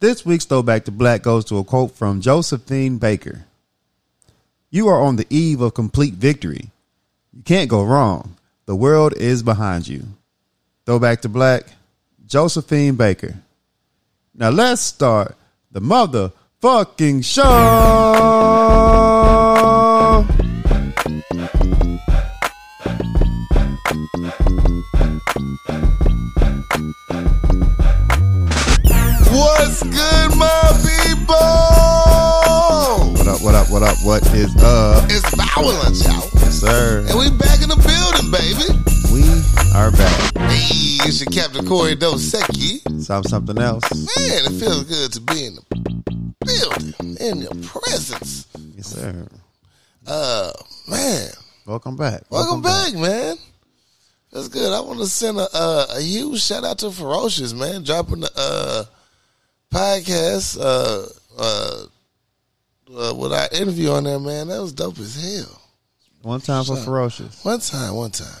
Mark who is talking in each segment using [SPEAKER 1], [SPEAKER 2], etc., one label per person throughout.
[SPEAKER 1] This week's Throwback to Black goes to a quote from Josephine Baker You are on the eve of complete victory. You can't go wrong. The world is behind you. Throwback to Black, Josephine Baker. Now let's start the motherfucking show.
[SPEAKER 2] What's good, my people?
[SPEAKER 1] What up, what up, what up, what is up?
[SPEAKER 2] It's Power Lunch, y'all.
[SPEAKER 1] Sir,
[SPEAKER 2] And we back in the building, baby.
[SPEAKER 1] we are back.
[SPEAKER 2] Hey, it's your Captain Corey Dosecki.
[SPEAKER 1] Stop something else.
[SPEAKER 2] Man, it feels good to be in the building, in your presence.
[SPEAKER 1] Yes, sir.
[SPEAKER 2] Uh, man,
[SPEAKER 1] Welcome back.
[SPEAKER 2] welcome back, man. That's good. I want to send a, uh, a huge shout out to Ferocious, man, dropping the uh, podcast uh, uh, uh, with our interview on there, man. That was dope as hell.
[SPEAKER 1] One time for Ferocious.
[SPEAKER 2] One time, one time.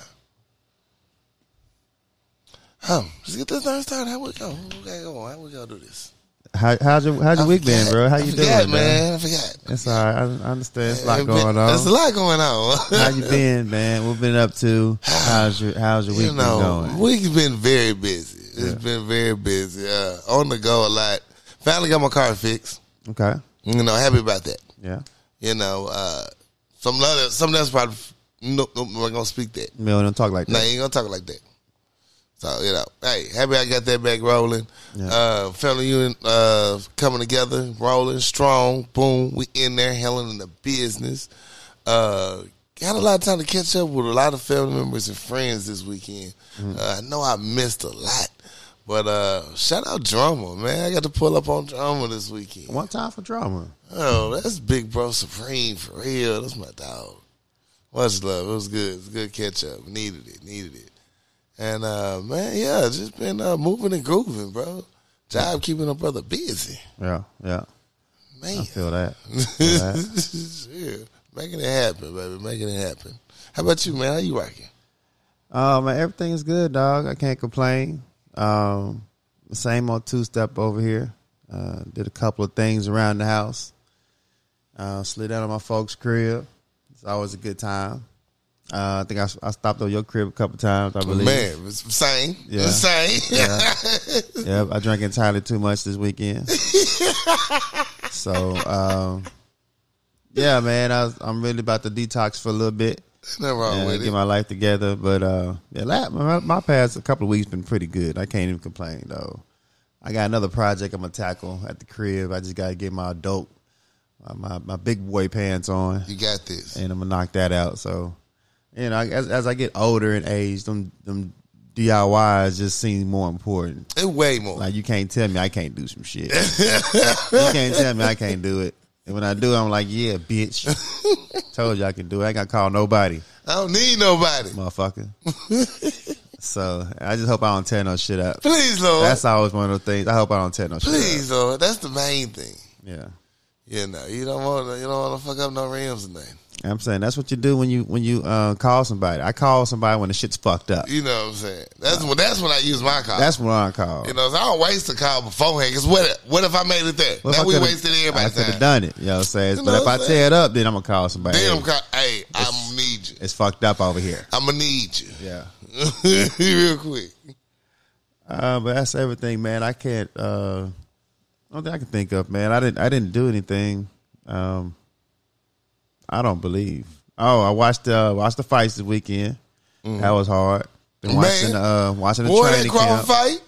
[SPEAKER 2] Um, just get this thing started. How we go? We gotta go. How we gonna do this?
[SPEAKER 1] How, how's your, how's your week been,
[SPEAKER 2] Forgot.
[SPEAKER 1] bro? How
[SPEAKER 2] I
[SPEAKER 1] you
[SPEAKER 2] forgot,
[SPEAKER 1] doing, man?
[SPEAKER 2] man? I forgot.
[SPEAKER 1] It's all right. I, I understand. It's a
[SPEAKER 2] It
[SPEAKER 1] lot
[SPEAKER 2] been-
[SPEAKER 1] going
[SPEAKER 2] There's a
[SPEAKER 1] on.
[SPEAKER 2] lot going on.
[SPEAKER 1] How you been, man? What been up to? How's your How's your week
[SPEAKER 2] you know,
[SPEAKER 1] been going?
[SPEAKER 2] week's been very busy. It's been very busy. Uh, on the go a lot. Finally got my car fixed.
[SPEAKER 1] Okay.
[SPEAKER 2] You know, happy about that.
[SPEAKER 1] Yeah.
[SPEAKER 2] You know, uh, some other, something else probably. No, no, we're gonna speak that.
[SPEAKER 1] Mill don't talk like
[SPEAKER 2] No,
[SPEAKER 1] that.
[SPEAKER 2] you ain't gonna talk like that. So you know, hey, happy I got that back rolling.
[SPEAKER 1] Yeah.
[SPEAKER 2] Uh, family unit uh, coming together, rolling strong. Boom, we in there, handling the business. Uh, got a lot of time to catch up with a lot of family members and friends this weekend.
[SPEAKER 1] Mm-hmm.
[SPEAKER 2] Uh, I know I missed a lot, but uh, shout out drama, man. I got to pull up on drama this weekend.
[SPEAKER 1] One time for drama.
[SPEAKER 2] Oh, that's Big Bro Supreme for real. That's my dog. Much love. It was good. It was a good catch up. Needed it. Needed it. And uh, man, yeah, just been uh, moving and grooving, bro. Job keeping a brother busy,
[SPEAKER 1] Yeah. Yeah.
[SPEAKER 2] man.
[SPEAKER 1] Feel that.
[SPEAKER 2] yeah, making it happen, baby. Making it happen. How about you, man? How you rocking?
[SPEAKER 1] Um, everything is good, dog. I can't complain. Um, same old two step over here. Uh, did a couple of things around the house. Uh, slid down to my folks' crib. It's always a good time. Uh, I think I, I stopped on your crib a couple times. I believe.
[SPEAKER 2] Man, it's the same.
[SPEAKER 1] Yeah.
[SPEAKER 2] Yeah. Same.
[SPEAKER 1] Yep, I drank entirely too much this weekend. so, um, yeah, man, I, was- I'm really about to detox for a little bit
[SPEAKER 2] Nothing wrong
[SPEAKER 1] and
[SPEAKER 2] with
[SPEAKER 1] get
[SPEAKER 2] Oh, it.
[SPEAKER 1] my life together. But uh, yeah, la- my, my past a couple of weeks been pretty good. I can't even complain though. I got another project I'm gonna tackle at the crib. I just gotta get my adult, my my, my big boy pants on,
[SPEAKER 2] you got this.
[SPEAKER 1] and I'm gonna knock that out. So, you know, as as I get older and age, them them DIYs just seem more important.
[SPEAKER 2] It's way more.
[SPEAKER 1] Like you can't tell me I can't do some shit. you can't tell me I can't do it. And when I do, I'm like, yeah, bitch. Told you I can do it. I ain't gonna call nobody,
[SPEAKER 2] I don't need nobody.
[SPEAKER 1] motherfucker. so I just hope I don't tear no shit up.
[SPEAKER 2] Please, Lord.
[SPEAKER 1] That's always one of those things. I hope I don't tear no shit up.
[SPEAKER 2] Please, Lord. That's the main thing.
[SPEAKER 1] Yeah.
[SPEAKER 2] You know, you don't want to, you don't want to fuck up no rims and nothing.
[SPEAKER 1] I'm saying that's what you do when you when you uh, call somebody. I call somebody when the shit's fucked up.
[SPEAKER 2] You know what I'm saying? That's when that's when I use my car.
[SPEAKER 1] That's when I call.
[SPEAKER 2] you know, so I don't waste the car beforehand. Cause what if- what if I made it there?
[SPEAKER 1] What if
[SPEAKER 2] now
[SPEAKER 1] I
[SPEAKER 2] we
[SPEAKER 1] coulda-
[SPEAKER 2] wasted
[SPEAKER 1] I
[SPEAKER 2] everybody's
[SPEAKER 1] could have
[SPEAKER 2] time.
[SPEAKER 1] done it. You know what I'm saying?
[SPEAKER 2] You know
[SPEAKER 1] but if
[SPEAKER 2] what
[SPEAKER 1] I
[SPEAKER 2] I'm
[SPEAKER 1] tear it up, then I'm gonna call somebody.
[SPEAKER 2] Damn
[SPEAKER 1] Hey,
[SPEAKER 2] car, hey, I'm need you.
[SPEAKER 1] it's fucked up over here.
[SPEAKER 2] I'm gonna need you
[SPEAKER 1] Yeah.
[SPEAKER 2] real quick.
[SPEAKER 1] Uh, but that's everything, man. I can't. Uh, only thing I can think of, man. I didn't. I didn't do anything. Um, I don't believe. Oh, I watched uh, watched the fights this weekend. That was hard. Been
[SPEAKER 2] Mm. Man.
[SPEAKER 1] watching uh, watching the
[SPEAKER 2] Boy, that
[SPEAKER 1] training camp.
[SPEAKER 2] Crawford fight.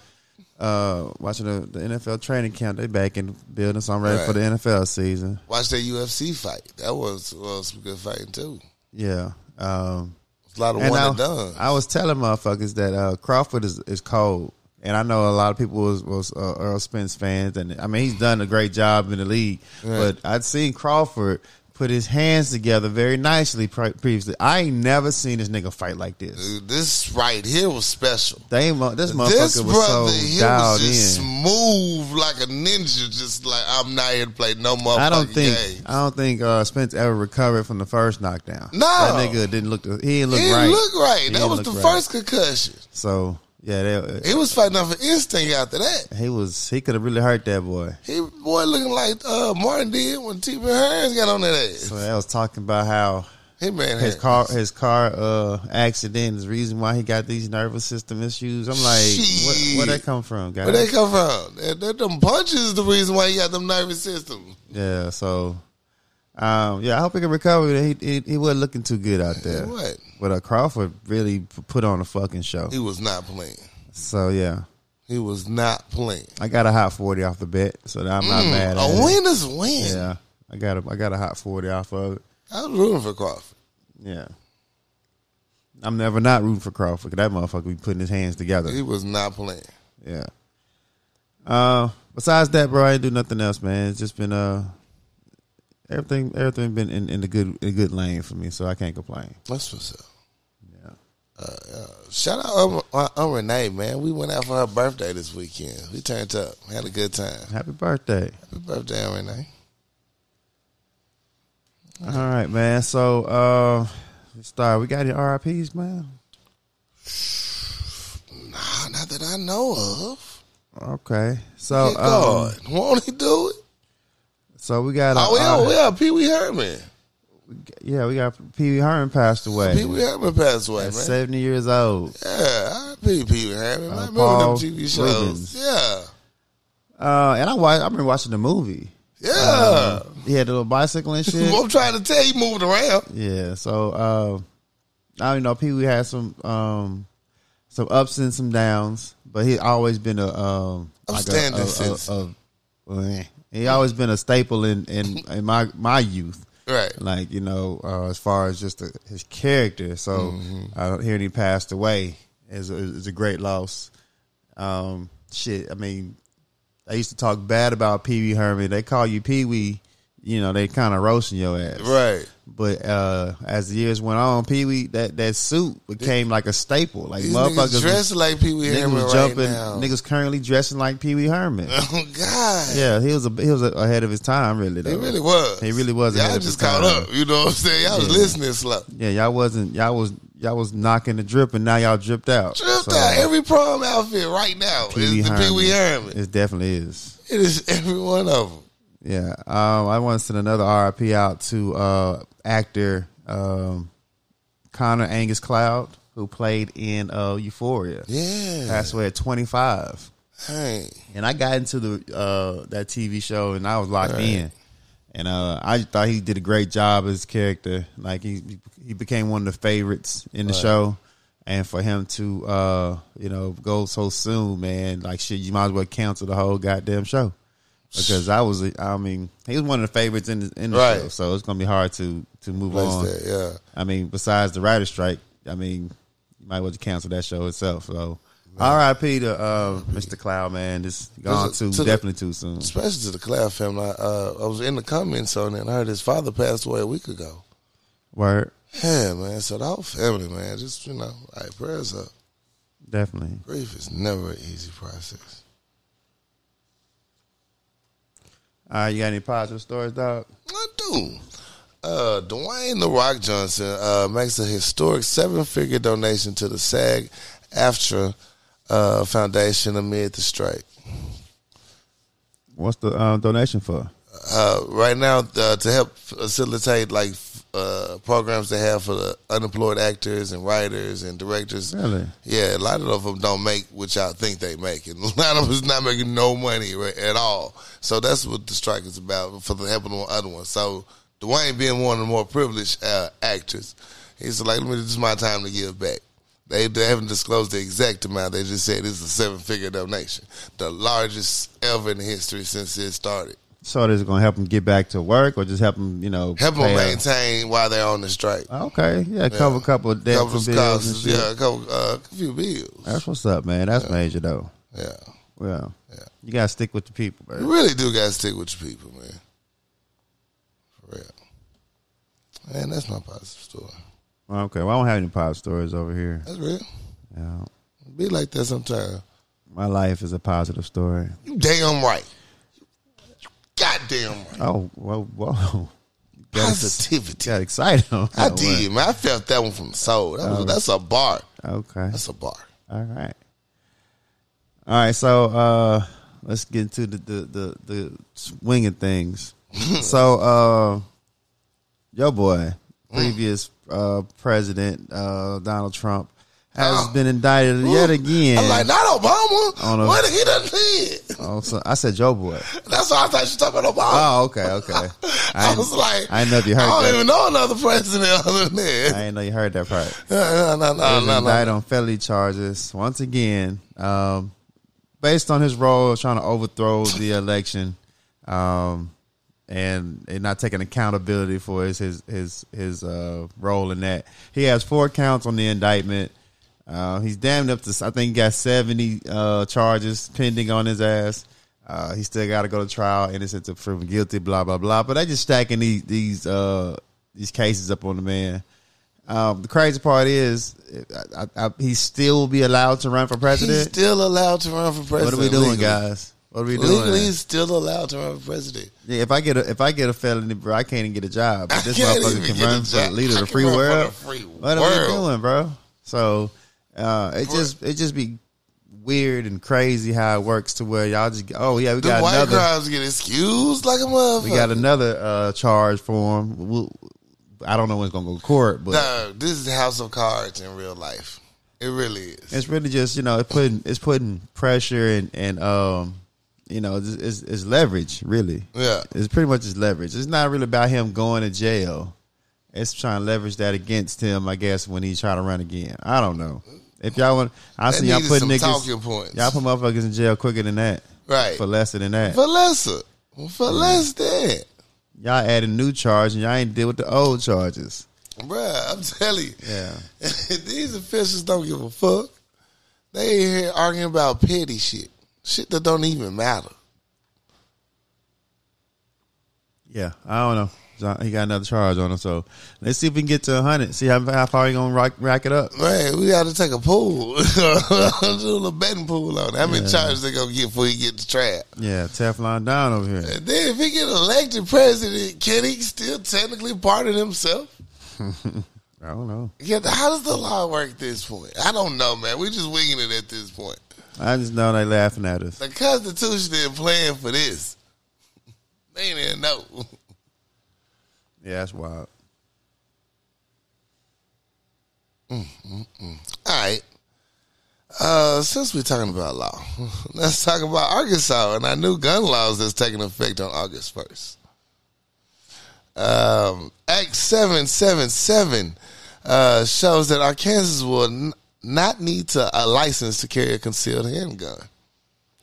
[SPEAKER 1] Uh, watching the, the NFL training camp. They back in the building, so I'm ready
[SPEAKER 2] Right.
[SPEAKER 1] for the NFL season.
[SPEAKER 2] Watch that UFC fight. That was was some good fighting too.
[SPEAKER 1] Yeah. Um,
[SPEAKER 2] It's a lot of
[SPEAKER 1] and
[SPEAKER 2] one
[SPEAKER 1] I,
[SPEAKER 2] and done.
[SPEAKER 1] I was telling motherfuckers that uh, Crawford is, is cold, and I know a lot of people was, was uh, Earl Spence fans, and I mean he's done a great job in the league. But I'd seen Crawford put his hands together very nicely pre- previously. I ain't never seen this nigga fight like this.
[SPEAKER 2] Dude, this right here was special.
[SPEAKER 1] They mo- this motherfucker
[SPEAKER 2] This
[SPEAKER 1] was
[SPEAKER 2] brother
[SPEAKER 1] so
[SPEAKER 2] here
[SPEAKER 1] dialed
[SPEAKER 2] was just
[SPEAKER 1] in.
[SPEAKER 2] smooth like a ninja. Just like I'm not here to play no motherfucking
[SPEAKER 1] I don't think
[SPEAKER 2] game.
[SPEAKER 1] I don't think uh, Spence ever recovered from the first knockdown.
[SPEAKER 2] No.
[SPEAKER 1] that nigga didn't look. He didn't look
[SPEAKER 2] He
[SPEAKER 1] right.
[SPEAKER 2] didn't look right.
[SPEAKER 1] He
[SPEAKER 2] that
[SPEAKER 1] didn't
[SPEAKER 2] was
[SPEAKER 1] look
[SPEAKER 2] the
[SPEAKER 1] right.
[SPEAKER 2] first concussion.
[SPEAKER 1] So Yeah, they,
[SPEAKER 2] He was fighting off an instinct after that.
[SPEAKER 1] he was. He could have really hurt that boy.
[SPEAKER 2] He boy looking like uh, Martin did when T. B. Hearns got on that ass.
[SPEAKER 1] So I was talking about how
[SPEAKER 2] He man
[SPEAKER 1] his
[SPEAKER 2] had-
[SPEAKER 1] car his car uh accident is the reason why he got these nervous system issues. I'm like,
[SPEAKER 2] Shit.
[SPEAKER 1] what, where that come from,
[SPEAKER 2] Where they
[SPEAKER 1] guys?
[SPEAKER 2] come from? That, that them punches is the reason why he got them nervous system.
[SPEAKER 1] Yeah, so um, yeah, I hope he can recover. He he, he wasn't looking too good out there.
[SPEAKER 2] What?
[SPEAKER 1] But uh, Crawford really p- put on a fucking show.
[SPEAKER 2] He was not playing.
[SPEAKER 1] So yeah,
[SPEAKER 2] He was not playing.
[SPEAKER 1] I got a hot forty off the bet, so I'm not mad. At
[SPEAKER 2] Mm, A
[SPEAKER 1] it.
[SPEAKER 2] win is a win.
[SPEAKER 1] Yeah, I got a I got a hot forty off of it.
[SPEAKER 2] I was rooting for Crawford.
[SPEAKER 1] Yeah. I'm never not rooting for Crawford. 'cause That motherfucker be putting his hands together.
[SPEAKER 2] He was not playing.
[SPEAKER 1] Yeah. Uh, besides that, bro, I didn't do nothing else, man. It's just been uh, everything, everything been in, in the good, in a good lane for me, so I can't complain.
[SPEAKER 2] That's what's up. Uh,
[SPEAKER 1] Yeah.
[SPEAKER 2] Shout out um, uh, um, Renee, man. We went out for her birthday this weekend. We turned up, had a good time.
[SPEAKER 1] Happy birthday!
[SPEAKER 2] Happy birthday, um, Renee.
[SPEAKER 1] All right, man. So, uh, let's start. We got any RIPS, man.
[SPEAKER 2] Nah, not that I know of.
[SPEAKER 1] Okay. So,
[SPEAKER 2] Good
[SPEAKER 1] um,
[SPEAKER 2] God, won't he do it?
[SPEAKER 1] so we got. Uh,
[SPEAKER 2] Oh, yeah,
[SPEAKER 1] uh,
[SPEAKER 2] well, yeah, Pee Wee Herman.
[SPEAKER 1] yeah, we got Pee Wee Herman passed away.
[SPEAKER 2] Pee Wee Herman passed away,
[SPEAKER 1] At
[SPEAKER 2] man.
[SPEAKER 1] seventy years old.
[SPEAKER 2] Yeah, I Pee Pee Wee Herman. I remember
[SPEAKER 1] Uh, Paul
[SPEAKER 2] them TV shows.
[SPEAKER 1] Rubens.
[SPEAKER 2] Yeah,
[SPEAKER 1] Uh, and I watched. I've been watching the movie.
[SPEAKER 2] yeah.
[SPEAKER 1] He had a little bicycle and shit.
[SPEAKER 2] Well, I'm trying to tell you, moving around.
[SPEAKER 1] Yeah, so uh, I don't know. Pee Wee had some um, some ups and some downs, but he always been a um,
[SPEAKER 2] Upstanding
[SPEAKER 1] a,
[SPEAKER 2] citizen.
[SPEAKER 1] a- eh. he always been a staple in in, in my my youth.
[SPEAKER 2] Right.
[SPEAKER 1] Like you know, uh, as far as just the, his character. So uh, hearing he passed away is a, is a great loss. Um, shit, I mean, I used to talk bad about Pee Wee Herman. They call you Pee Wee, you know, they kind of roasting your ass.
[SPEAKER 2] Right.
[SPEAKER 1] But uh, as the years went on, Pee Wee that, that suit became like a staple. Like
[SPEAKER 2] These
[SPEAKER 1] motherfuckers,
[SPEAKER 2] niggas
[SPEAKER 1] was-
[SPEAKER 2] dressed like Pee Wee
[SPEAKER 1] niggas
[SPEAKER 2] Herman
[SPEAKER 1] was
[SPEAKER 2] right
[SPEAKER 1] jumping.
[SPEAKER 2] now.
[SPEAKER 1] Niggas currently dressing like Pee Wee Herman.
[SPEAKER 2] Oh God,
[SPEAKER 1] yeah, he was a, he was a, ahead of his time, really. Though.
[SPEAKER 2] it really was.
[SPEAKER 1] He really was ahead
[SPEAKER 2] Y'all
[SPEAKER 1] of his
[SPEAKER 2] just caught
[SPEAKER 1] time.
[SPEAKER 2] up. You know what I'm saying? Y'all was
[SPEAKER 1] Yeah.
[SPEAKER 2] listening slow.
[SPEAKER 1] Yeah, y'all wasn't y'all was y'all was knocking the drip, and now y'all dripped out.
[SPEAKER 2] Drift
[SPEAKER 1] So, E
[SPEAKER 2] out every prom outfit right now
[SPEAKER 1] Pee Wee
[SPEAKER 2] is the Pee Wee Herman.
[SPEAKER 1] It definitely is.
[SPEAKER 2] It is every one of them.
[SPEAKER 1] Yeah. Um, I want to send another RIP out to uh, actor um, Connor Angus Cloud, who played in uh, Euphoria.
[SPEAKER 2] Yeah.
[SPEAKER 1] Passed away at 25.
[SPEAKER 2] Hey,
[SPEAKER 1] And I got into the uh, that TV show and I was locked in. And uh, I thought he did a great job as character. Like he he became one of the favorites in the show. And for him to uh, you know go so soon, man, like shit, you might as well cancel the whole goddamn show because I was, I mean, he was one of the favorites in the, in the
[SPEAKER 2] Right.
[SPEAKER 1] show, so it's gonna be hard to to move
[SPEAKER 2] place
[SPEAKER 1] on.
[SPEAKER 2] that. Yeah.
[SPEAKER 1] I mean, besides the writer strike, I mean, you might as well just cancel that show itself. So, R.I.P. to uh, Mr. Cloud, man. This gone
[SPEAKER 2] This is-
[SPEAKER 1] too
[SPEAKER 2] to the-
[SPEAKER 1] definitely too soon.
[SPEAKER 2] Especially to the Cloud family. I, uh, I was in the comments on it and I heard his father passed away a week ago.
[SPEAKER 1] Word,
[SPEAKER 2] Yeah, man. So the whole family, man, just, you know, like prayers up.
[SPEAKER 1] definitely.
[SPEAKER 2] Grief is never an easy process.
[SPEAKER 1] All right, you got any positive stories, dog?
[SPEAKER 2] I do. Uh, Dwayne The Rock Johnson uh, makes a historic seven figure donation to the SAG AFTRA uh, Foundation amid the strike.
[SPEAKER 1] What's the um, donation for?
[SPEAKER 2] uh, right now uh, to help facilitate like f- uh, programs they have for the unemployed actors and writers and directors.
[SPEAKER 1] Really?
[SPEAKER 2] Yeah, a lot of them don't make what y'all think they make, and a lot of them's not making no money ri- at all. So that's what the strike is about for the helping the other ones. So Dwayne being one of the more privileged uh, actors, he's like, "Let me, this is my time to give back." They, they haven't disclosed the exact amount. They just said it's a seven figure donation, the largest ever in history since it started.
[SPEAKER 1] So this is gonna help him get back to work, or just help him, you know,
[SPEAKER 2] Help them
[SPEAKER 1] pay a-
[SPEAKER 2] maintain while they're on the strike.
[SPEAKER 1] Okay, yeah, cover a couple of debts
[SPEAKER 2] Couple
[SPEAKER 1] and
[SPEAKER 2] of
[SPEAKER 1] Uh, bills and
[SPEAKER 2] costs,
[SPEAKER 1] shit.
[SPEAKER 2] yeah, a couple, uh, a few bills.
[SPEAKER 1] That's what's up, man. That's major though.
[SPEAKER 2] Yeah,
[SPEAKER 1] Well,
[SPEAKER 2] Yeah.
[SPEAKER 1] you gotta stick with the people, bro.
[SPEAKER 2] you really do got to stick with your people, man. For real. Man, that's my positive story.
[SPEAKER 1] Okay, well, I don't have any positive stories over here.
[SPEAKER 2] That's real.
[SPEAKER 1] Yeah.
[SPEAKER 2] Be like that sometime.
[SPEAKER 1] My life is a positive story.
[SPEAKER 2] You damn right. Goddamn right.
[SPEAKER 1] Oh, whoa, whoa. Got, ex-
[SPEAKER 2] Positivity.
[SPEAKER 1] got excited. Oh, on
[SPEAKER 2] I
[SPEAKER 1] that Uh,
[SPEAKER 2] did, man. I felt that one from the soul. That was, that's a bar.
[SPEAKER 1] one. Okay.
[SPEAKER 2] That's a bar.
[SPEAKER 1] All right. All right, so uh let's get into the the the, the swing of things. so uh yo boy, previous uh president uh Donald Trump has
[SPEAKER 2] Oh.
[SPEAKER 1] been indicted yet again.
[SPEAKER 2] I'm like, not Obama.
[SPEAKER 1] On a-
[SPEAKER 2] what he done did?
[SPEAKER 1] oh, so I said yo boy.
[SPEAKER 2] That's why I thought you talking about Obama.
[SPEAKER 1] Oh, okay, okay.
[SPEAKER 2] I,
[SPEAKER 1] I,
[SPEAKER 2] was like,
[SPEAKER 1] I didn't know if you heard
[SPEAKER 2] I don't
[SPEAKER 1] that.
[SPEAKER 2] even know another president other than
[SPEAKER 1] I
[SPEAKER 2] that.
[SPEAKER 1] didn't know you heard that part.
[SPEAKER 2] No, no, no,
[SPEAKER 1] was
[SPEAKER 2] no, no.
[SPEAKER 1] indicted on felony charges once again, um, based on his role of trying to overthrow the election, um, and, and not taking accountability for his his his, his uh, role in that. He has four counts on the indictment. Uh, he's damned up to I think he got seventy uh, charges pending on his ass. Uh, he still got to go to trial, innocent to proven guilty, blah blah blah. But they just stacking these these uh, these cases up on the man. Um, the crazy part is, I, I, I, he still will be allowed to run for
[SPEAKER 2] He's
[SPEAKER 1] president.
[SPEAKER 2] still allowed to run for president.
[SPEAKER 1] What are we doing,
[SPEAKER 2] legally.
[SPEAKER 1] guys? What are we doing?
[SPEAKER 2] Legally, he's still allowed to run for president.
[SPEAKER 1] Yeah, if I get a if I get a felony, bro, I can't even get a job. But this
[SPEAKER 2] can't
[SPEAKER 1] motherfucker
[SPEAKER 2] even
[SPEAKER 1] can
[SPEAKER 2] get
[SPEAKER 1] run
[SPEAKER 2] a
[SPEAKER 1] for the
[SPEAKER 2] job.
[SPEAKER 1] leader of
[SPEAKER 2] I
[SPEAKER 1] the
[SPEAKER 2] can
[SPEAKER 1] free
[SPEAKER 2] run for
[SPEAKER 1] world.
[SPEAKER 2] the free
[SPEAKER 1] what are we
[SPEAKER 2] world.
[SPEAKER 1] doing, bro? So uh, it just it just be weird and crazy how it works to where y'all just oh yeah we
[SPEAKER 2] The
[SPEAKER 1] got
[SPEAKER 2] white
[SPEAKER 1] another
[SPEAKER 2] crimes get excused like a motherfucker.
[SPEAKER 1] we got another uh, charge for him. We'll, I don't know when it's gonna go to court, but
[SPEAKER 2] No, this is House of Cards in real life. It really is.
[SPEAKER 1] It's really just you know it's putting it's putting pressure and and um you know it's, it's, it's leverage really.
[SPEAKER 2] Yeah.
[SPEAKER 1] it's pretty much just leverage. It's not really about him going to jail. It's trying to leverage that against him, I guess, when he try to run again. I don't know. If y'all want, I
[SPEAKER 2] They
[SPEAKER 1] see y'all
[SPEAKER 2] needed
[SPEAKER 1] put
[SPEAKER 2] some
[SPEAKER 1] niggas,
[SPEAKER 2] talking points.
[SPEAKER 1] y'all put motherfuckers in jail quicker than that,
[SPEAKER 2] Right.
[SPEAKER 1] For
[SPEAKER 2] For,
[SPEAKER 1] lesser than that,
[SPEAKER 2] less. For less than.
[SPEAKER 1] y'all added new charge and y'all ain't deal with the old charges.
[SPEAKER 2] Bruh, I'm telling you.
[SPEAKER 1] Yeah,
[SPEAKER 2] These officials don't give a fuck. They in here arguing about petty shit. Shit that don't even matter.
[SPEAKER 1] yeah. I don't know. John- He got another charge on him, so let's see if we can get to hundred. See how, how far he gonna rack, rack it up.
[SPEAKER 2] Man, we gotta take a pool. Do a little betting pool on it. How many charges they gonna get before he get the trap?
[SPEAKER 1] Yeah, Teflon down over here.
[SPEAKER 2] And then if he get elected president, can he still technically pardon himself?
[SPEAKER 1] I don't know.
[SPEAKER 2] Yeah, how does the law work at this point? I don't know, man. We just winging it at this point.
[SPEAKER 1] I just know they laughing at us.
[SPEAKER 2] The Constitution ain't playing for this. They ain't even know.
[SPEAKER 1] Yeah, that's wild.
[SPEAKER 2] All right. Uh, since we're talking about law, let's talk about Arkansas and our new gun laws that's taking effect on August 1st. Um, Act 777 uh, shows that Arkansans will n- not need to, a license to carry a concealed handgun.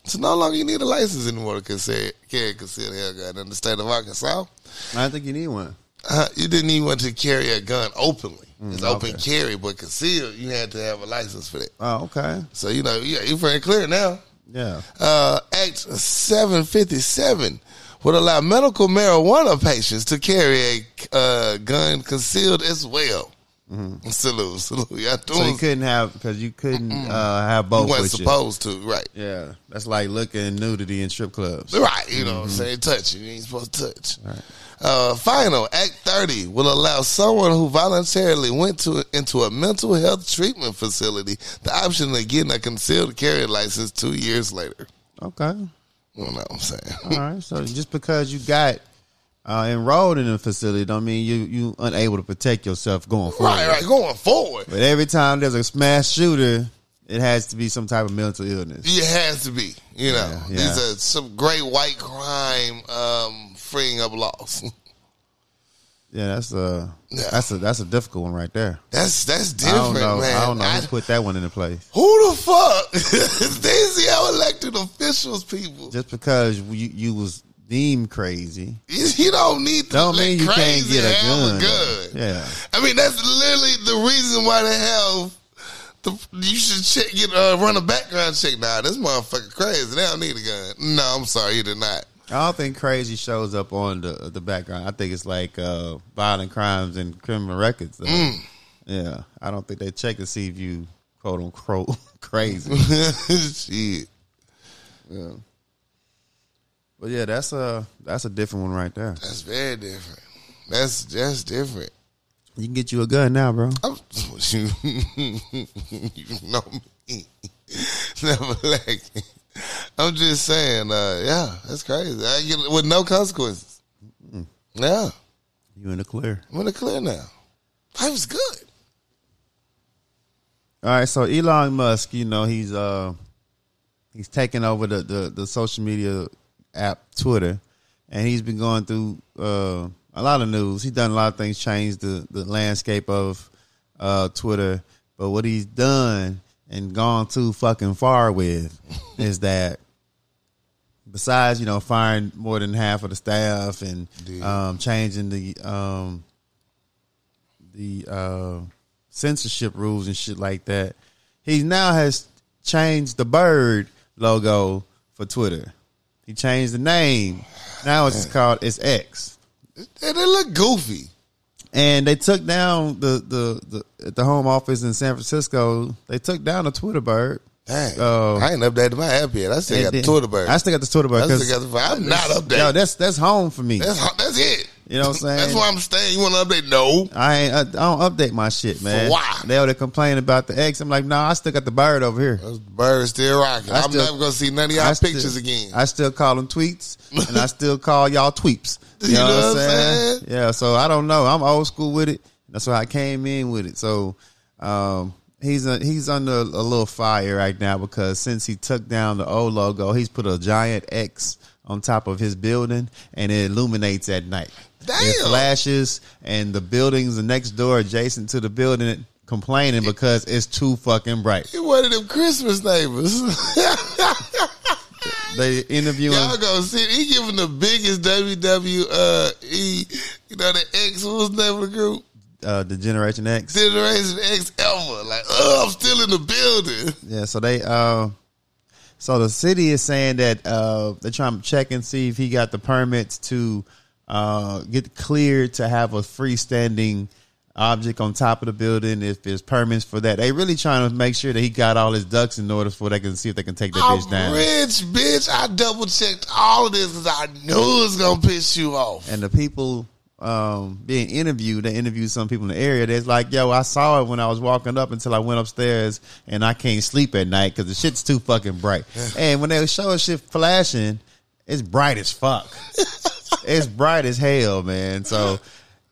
[SPEAKER 2] So no longer you need a license anymore to conceal, carry a concealed handgun in the state of Arkansas.
[SPEAKER 1] I don't think you need one.
[SPEAKER 2] Uh, you didn't even want to carry a gun openly. It's open
[SPEAKER 1] okay.
[SPEAKER 2] carry, but concealed, you had to have a license for that.
[SPEAKER 1] Oh, okay.
[SPEAKER 2] So you know, yeah, you're very clear now.
[SPEAKER 1] Yeah.
[SPEAKER 2] Uh, Act 757 would allow medical marijuana patients to carry a uh, gun concealed as well. Salute,
[SPEAKER 1] Mm-hmm.
[SPEAKER 2] salute. Y'all
[SPEAKER 1] So you
[SPEAKER 2] doing?
[SPEAKER 1] couldn't have because you couldn't uh, have both.
[SPEAKER 2] you weren't
[SPEAKER 1] with you.
[SPEAKER 2] supposed to, right?
[SPEAKER 1] Yeah, that's like looking nudity in strip clubs.
[SPEAKER 2] Right, you know what
[SPEAKER 1] Mm-hmm.
[SPEAKER 2] I'm saying? Touch it. You ain't supposed to touch. Uh, final, Act 30 will allow someone who voluntarily went to into a mental health treatment facility the option of getting a concealed carry license two years later.
[SPEAKER 1] Okay.
[SPEAKER 2] You know what I'm saying?
[SPEAKER 1] All right. So just because you got uh, enrolled in a facility, don't mean you you unable to protect yourself going forward.
[SPEAKER 2] Right, right, going forward.
[SPEAKER 1] But every time there's a smash shooter, it has to be some type of mental illness.
[SPEAKER 2] It has to be, you know.
[SPEAKER 1] Yeah, yeah.
[SPEAKER 2] These are some great white crime um, freeing up laws.
[SPEAKER 1] Yeah, that's a
[SPEAKER 2] Yeah.
[SPEAKER 1] that's a that's a difficult one right there.
[SPEAKER 2] That's that's
[SPEAKER 1] I don't
[SPEAKER 2] different,
[SPEAKER 1] know.
[SPEAKER 2] man.
[SPEAKER 1] I don't know
[SPEAKER 2] I-
[SPEAKER 1] who put that one into place.
[SPEAKER 2] who the fuck? These are our elected officials, people.
[SPEAKER 1] just because you you was deemed crazy
[SPEAKER 2] You you don't need to
[SPEAKER 1] don't
[SPEAKER 2] let
[SPEAKER 1] mean you can't
[SPEAKER 2] crazy
[SPEAKER 1] get a
[SPEAKER 2] have
[SPEAKER 1] gun. though.
[SPEAKER 2] a gun.
[SPEAKER 1] Yeah.
[SPEAKER 2] I mean, that's literally the reason why they have the. You should check, get uh, run a background check. Nah, this motherfucker crazy. They don't need a gun. No, I'm sorry, you did not.
[SPEAKER 1] I don't think crazy shows up on the the background. I think it's like uh, violent crimes and criminal records. Though. Yeah, I don't think they check to see if you quote unquote crazy.
[SPEAKER 2] Shit.
[SPEAKER 1] but yeah, that's a that's a different one right there.
[SPEAKER 2] That's very different. That's that's different.
[SPEAKER 1] You can get you a gun now, bro.
[SPEAKER 2] I'm, you, you know me. never lacking. I'm just saying, uh, yeah, that's crazy. I get, with no consequences. Yeah,
[SPEAKER 1] You in the clear.
[SPEAKER 2] I'm in the clear now. Life is good.
[SPEAKER 1] All right, so Elon Musk, you know, he's uh he's taken over the the, the social media app Twitter, and he's been going through uh, a lot of news. He's done a lot of things, changed the the landscape of uh, Twitter. But what he's done and gone too fucking far with is that besides you know firing more than half of the staff and
[SPEAKER 2] Dude.
[SPEAKER 1] um, changing the um, the uh, censorship rules and shit like that, he now has changed the bird logo for Twitter. He changed the name. Now it's called it's X.
[SPEAKER 2] And they look goofy.
[SPEAKER 1] And they took down the the, the at the home office in San Francisco. They took down the Twitter bird.
[SPEAKER 2] Dang,
[SPEAKER 1] Oh.
[SPEAKER 2] I ain't updated my app yet. I still
[SPEAKER 1] And
[SPEAKER 2] got the
[SPEAKER 1] then-
[SPEAKER 2] Twitter bird.
[SPEAKER 1] I
[SPEAKER 2] I
[SPEAKER 1] still got the Twitter bird. 'cause-
[SPEAKER 2] still got the. I'm not
[SPEAKER 1] Yo,
[SPEAKER 2] updated.
[SPEAKER 1] that's that's home for me.
[SPEAKER 2] That's that's it.
[SPEAKER 1] You know what I'm
[SPEAKER 2] That's
[SPEAKER 1] saying?
[SPEAKER 2] why I'm staying. You want to update? No.
[SPEAKER 1] I ain't, I don't update my shit, man.
[SPEAKER 2] why?
[SPEAKER 1] They ought to complain about the X. I'm like, nah, I still got the bird over here.
[SPEAKER 2] Those birds still rocking.
[SPEAKER 1] I
[SPEAKER 2] I'm
[SPEAKER 1] still-
[SPEAKER 2] never gonna see none of y'all
[SPEAKER 1] still-
[SPEAKER 2] pictures again.
[SPEAKER 1] I still call them tweets, and I still call y'all tweeps. You, know, what I'm saying? Yeah, so I don't know. I'm old school with it. That's why I came in with it. So um, he's a, he's under a little fire right now because since he took down the old logo, he's put a giant X on top of his building, and it illuminates at night. It
[SPEAKER 2] Damn.
[SPEAKER 1] flashes, and the buildings the next door adjacent to the building complaining because it's too fucking bright.
[SPEAKER 2] You one of them Christmas neighbors.
[SPEAKER 1] They interviewing.
[SPEAKER 2] y'all gonna see. He giving the biggest WWE. You know the X. What was the name of the group?
[SPEAKER 1] uh, the Generation X.
[SPEAKER 2] Generation X ever. Like, oh, I'm still in the building.
[SPEAKER 1] Yeah, so they uh so the city is saying that uh they're trying to check and see if he got the permits to uh get cleared to have a freestanding object on top of the building if there's permits for that. They really trying to make sure that he got all his ducks in order before they can see if they can take that bitch
[SPEAKER 2] I'm
[SPEAKER 1] down.
[SPEAKER 2] rich, bitch. I double checked all of this because I knew it was gonna piss you off.
[SPEAKER 1] and the people um, being interviewed, they interviewed some people in the area. That's like, yo, I saw it when I was walking up until I went upstairs, and I can't sleep at night because the shit's too fucking bright. and when they show us shit flashing, it's bright as fuck. it's bright as hell, man. So,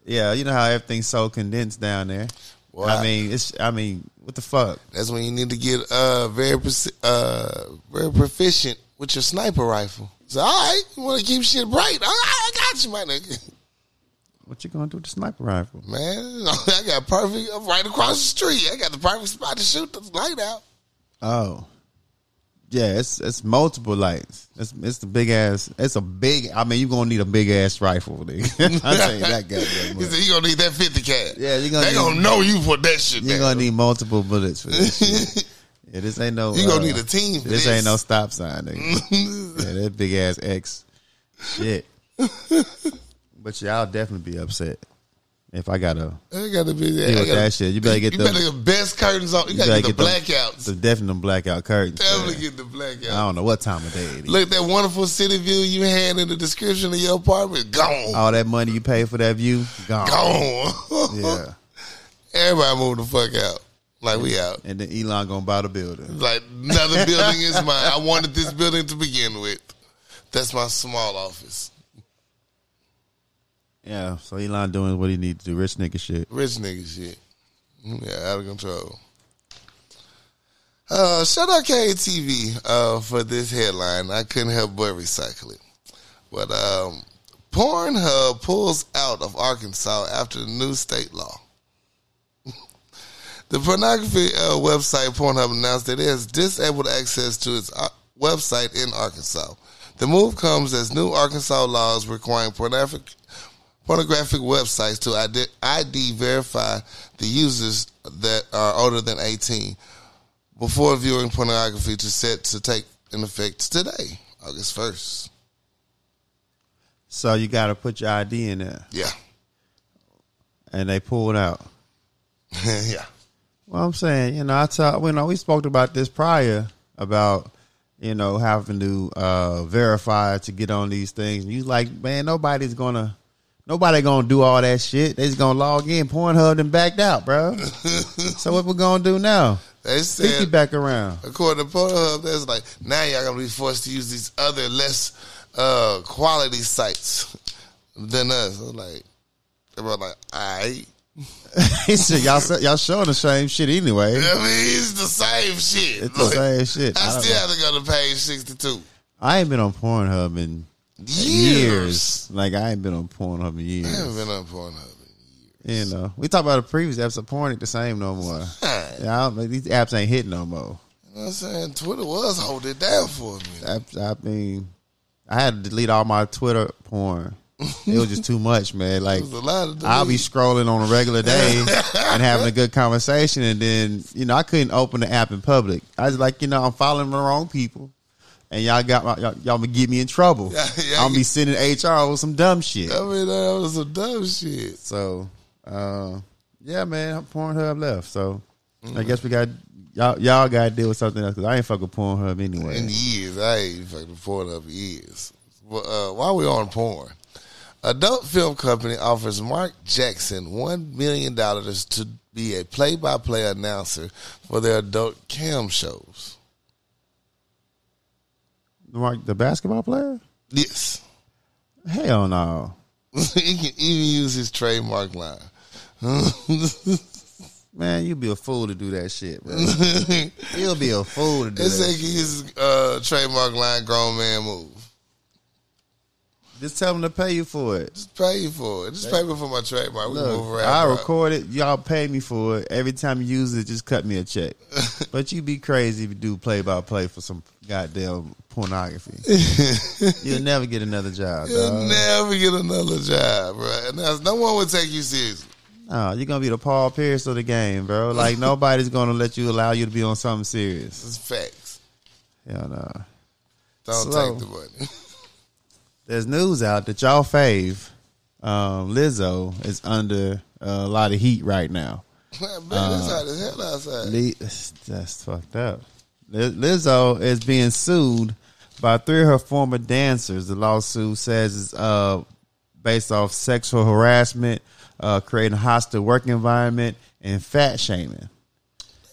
[SPEAKER 1] yeah, you know how everything's so condensed down there.
[SPEAKER 2] Wow.
[SPEAKER 1] I mean, it's. I mean, what the fuck?
[SPEAKER 2] That's when you need to get uh very profi- uh very proficient with your sniper rifle. So all right, you want to keep shit bright. All right, I got you, my nigga.
[SPEAKER 1] What you gonna do with the sniper rifle?
[SPEAKER 2] Man, I got perfect. I'm right across the street. I got the perfect spot to shoot the light out.
[SPEAKER 1] Oh. Yeah, it's it's multiple lights. It's it's the big ass. It's a big. I mean, you're gonna need a big ass rifle, nigga. I tell you that goddamn
[SPEAKER 2] He
[SPEAKER 1] much.
[SPEAKER 2] said you gonna need that fifty cal.
[SPEAKER 1] Yeah, you gonna
[SPEAKER 2] they
[SPEAKER 1] need-
[SPEAKER 2] gonna know you put that shit.
[SPEAKER 1] You're
[SPEAKER 2] down.
[SPEAKER 1] gonna need multiple bullets for this. Shit. Yeah, this ain't no.
[SPEAKER 2] You gonna
[SPEAKER 1] uh,
[SPEAKER 2] need a team for
[SPEAKER 1] This,
[SPEAKER 2] this. Mm.
[SPEAKER 1] ain't no stop sign, nigga. yeah, that big ass X. Shit. but yeah, I'll definitely be upset if I gotta
[SPEAKER 2] I gotta be there.
[SPEAKER 1] deal
[SPEAKER 2] I
[SPEAKER 1] with
[SPEAKER 2] gotta,
[SPEAKER 1] that shit. You better get
[SPEAKER 2] you
[SPEAKER 1] the
[SPEAKER 2] better get the best curtains on. You, gotta get the blackouts.
[SPEAKER 1] The definitely blackout curtains.
[SPEAKER 2] Definitely
[SPEAKER 1] man.
[SPEAKER 2] get the blackouts.
[SPEAKER 1] I don't know what time of day it is.
[SPEAKER 2] Look, that wonderful city view you had in the description of your apartment, gone.
[SPEAKER 1] All that money you paid for that view gone.
[SPEAKER 2] gone.
[SPEAKER 1] Oh. Yeah.
[SPEAKER 2] Everybody move the fuck out. Like, we out.
[SPEAKER 1] And then Elon gonna buy the building.
[SPEAKER 2] Like, another building is mine. I wanted this building to begin with. That's my small office.
[SPEAKER 1] Yeah. So Elon doing what he need to do. Rich nigga shit.
[SPEAKER 2] Rich nigga shit. Yeah, out of control. Uh, shout out KATV uh, for this headline. I couldn't help but recycle it. But um, Pornhub pulls out of Arkansas after the new state law. the pornography uh, website Pornhub announced that it has disabled access to its uh, website in Arkansas. The move comes as new Arkansas laws requiring pornographic pornographic websites to ID, ID verify the users that are older than 18 before viewing pornography to set to take in effect today, August 1st.
[SPEAKER 1] So you gotta put your ID in there.
[SPEAKER 2] Yeah.
[SPEAKER 1] And they pulled out.
[SPEAKER 2] yeah.
[SPEAKER 1] Well I'm saying, you know, I tell you know, we spoke about this prior about, you know, having to uh verify to get on these things. And you like, man, nobody's gonna nobody gonna do all that shit. They just gonna log in, Pornhub and backed out, bro. so what we gonna do now?
[SPEAKER 2] They
[SPEAKER 1] Pinky
[SPEAKER 2] said,
[SPEAKER 1] back around.
[SPEAKER 2] according to Pornhub, that's like now y'all gonna be forced to use these other less uh, quality sites than us. I was like, everyone like, all right.
[SPEAKER 1] He said, y'all, se- y'all showing the same shit anyway.
[SPEAKER 2] I mean, it's the same shit.
[SPEAKER 1] It's the
[SPEAKER 2] Like,
[SPEAKER 1] same shit. I,
[SPEAKER 2] I
[SPEAKER 1] don't
[SPEAKER 2] still
[SPEAKER 1] know.
[SPEAKER 2] have to go to page sixty-two.
[SPEAKER 1] I ain't been on Pornhub in years. Like, I ain't been on Pornhub in
[SPEAKER 2] I
[SPEAKER 1] years.
[SPEAKER 2] haven't been on Pornhub.
[SPEAKER 1] You know, we talked about the previous episode. Porn ain't the same no more.
[SPEAKER 2] Alright.
[SPEAKER 1] Yeah, I don't, like, these apps ain't hitting no more.
[SPEAKER 2] You know what I'm saying? Twitter was holding it down for a minute.
[SPEAKER 1] I, I mean, I had to delete all my Twitter porn. It was just too much, man. Like,
[SPEAKER 2] There's a lot of
[SPEAKER 1] I'll be
[SPEAKER 2] delete.
[SPEAKER 1] scrolling on a regular day and having a good conversation, and then you know I couldn't open the app in public. I was like, you know, I'm following the wrong people, and y'all got my, y'all, y'all gonna get me in trouble.
[SPEAKER 2] Yeah, yeah.
[SPEAKER 1] I'm gonna be sending HR with some dumb shit.
[SPEAKER 2] I mean, that was some dumb shit.
[SPEAKER 1] So, uh, yeah, man, Pornhub left. So I guess we got y'all. Y'all got to deal with something else because I ain't fucking Pornhub anyway.
[SPEAKER 2] In years, I ain't fucking porn up years. But uh, while we on porn, adult film company offers Mark Jackson one million dollars to be a play-by-play announcer for their adult cam shows.
[SPEAKER 1] Mark, the basketball player?
[SPEAKER 2] Yes,
[SPEAKER 1] Hell no.
[SPEAKER 2] he can even use his trademark line.
[SPEAKER 1] Man, you'd be a fool to do that shit, bro.
[SPEAKER 2] they
[SPEAKER 1] You'll be a fool to do that.
[SPEAKER 2] say he
[SPEAKER 1] shit.
[SPEAKER 2] can use his uh, trademark line. Grown man move.
[SPEAKER 1] Just tell them to pay you for it.
[SPEAKER 2] Just pay you for it. Just pay me for my trademark. We can move
[SPEAKER 1] Look,
[SPEAKER 2] around.
[SPEAKER 1] I
[SPEAKER 2] bro.
[SPEAKER 1] record it. Y'all pay me for it. Every time you use it, just cut me a check. but you'd be crazy if you do play by play for some goddamn pornography. You'll never get another job,
[SPEAKER 2] You'll
[SPEAKER 1] dog.
[SPEAKER 2] never get another job, bro. And that's, no one would take you seriously.
[SPEAKER 1] No, Oh, you're gonna be the Paul Pierce of the game, bro. Like nobody's gonna let you allow you to be on something serious.
[SPEAKER 2] It's facts.
[SPEAKER 1] Hell no.
[SPEAKER 2] Don't
[SPEAKER 1] Slow.
[SPEAKER 2] take the money.
[SPEAKER 1] There's news out that y'all fave, um, Lizzo is under uh, a lot of heat right now.
[SPEAKER 2] Man,
[SPEAKER 1] Uh,
[SPEAKER 2] it's hot as hell outside.
[SPEAKER 1] Li- That's fucked up. Li- Lizzo is being sued by three of her former dancers. The lawsuit says it's uh, based off sexual harassment, uh, creating a hostile work environment, and fat shaming.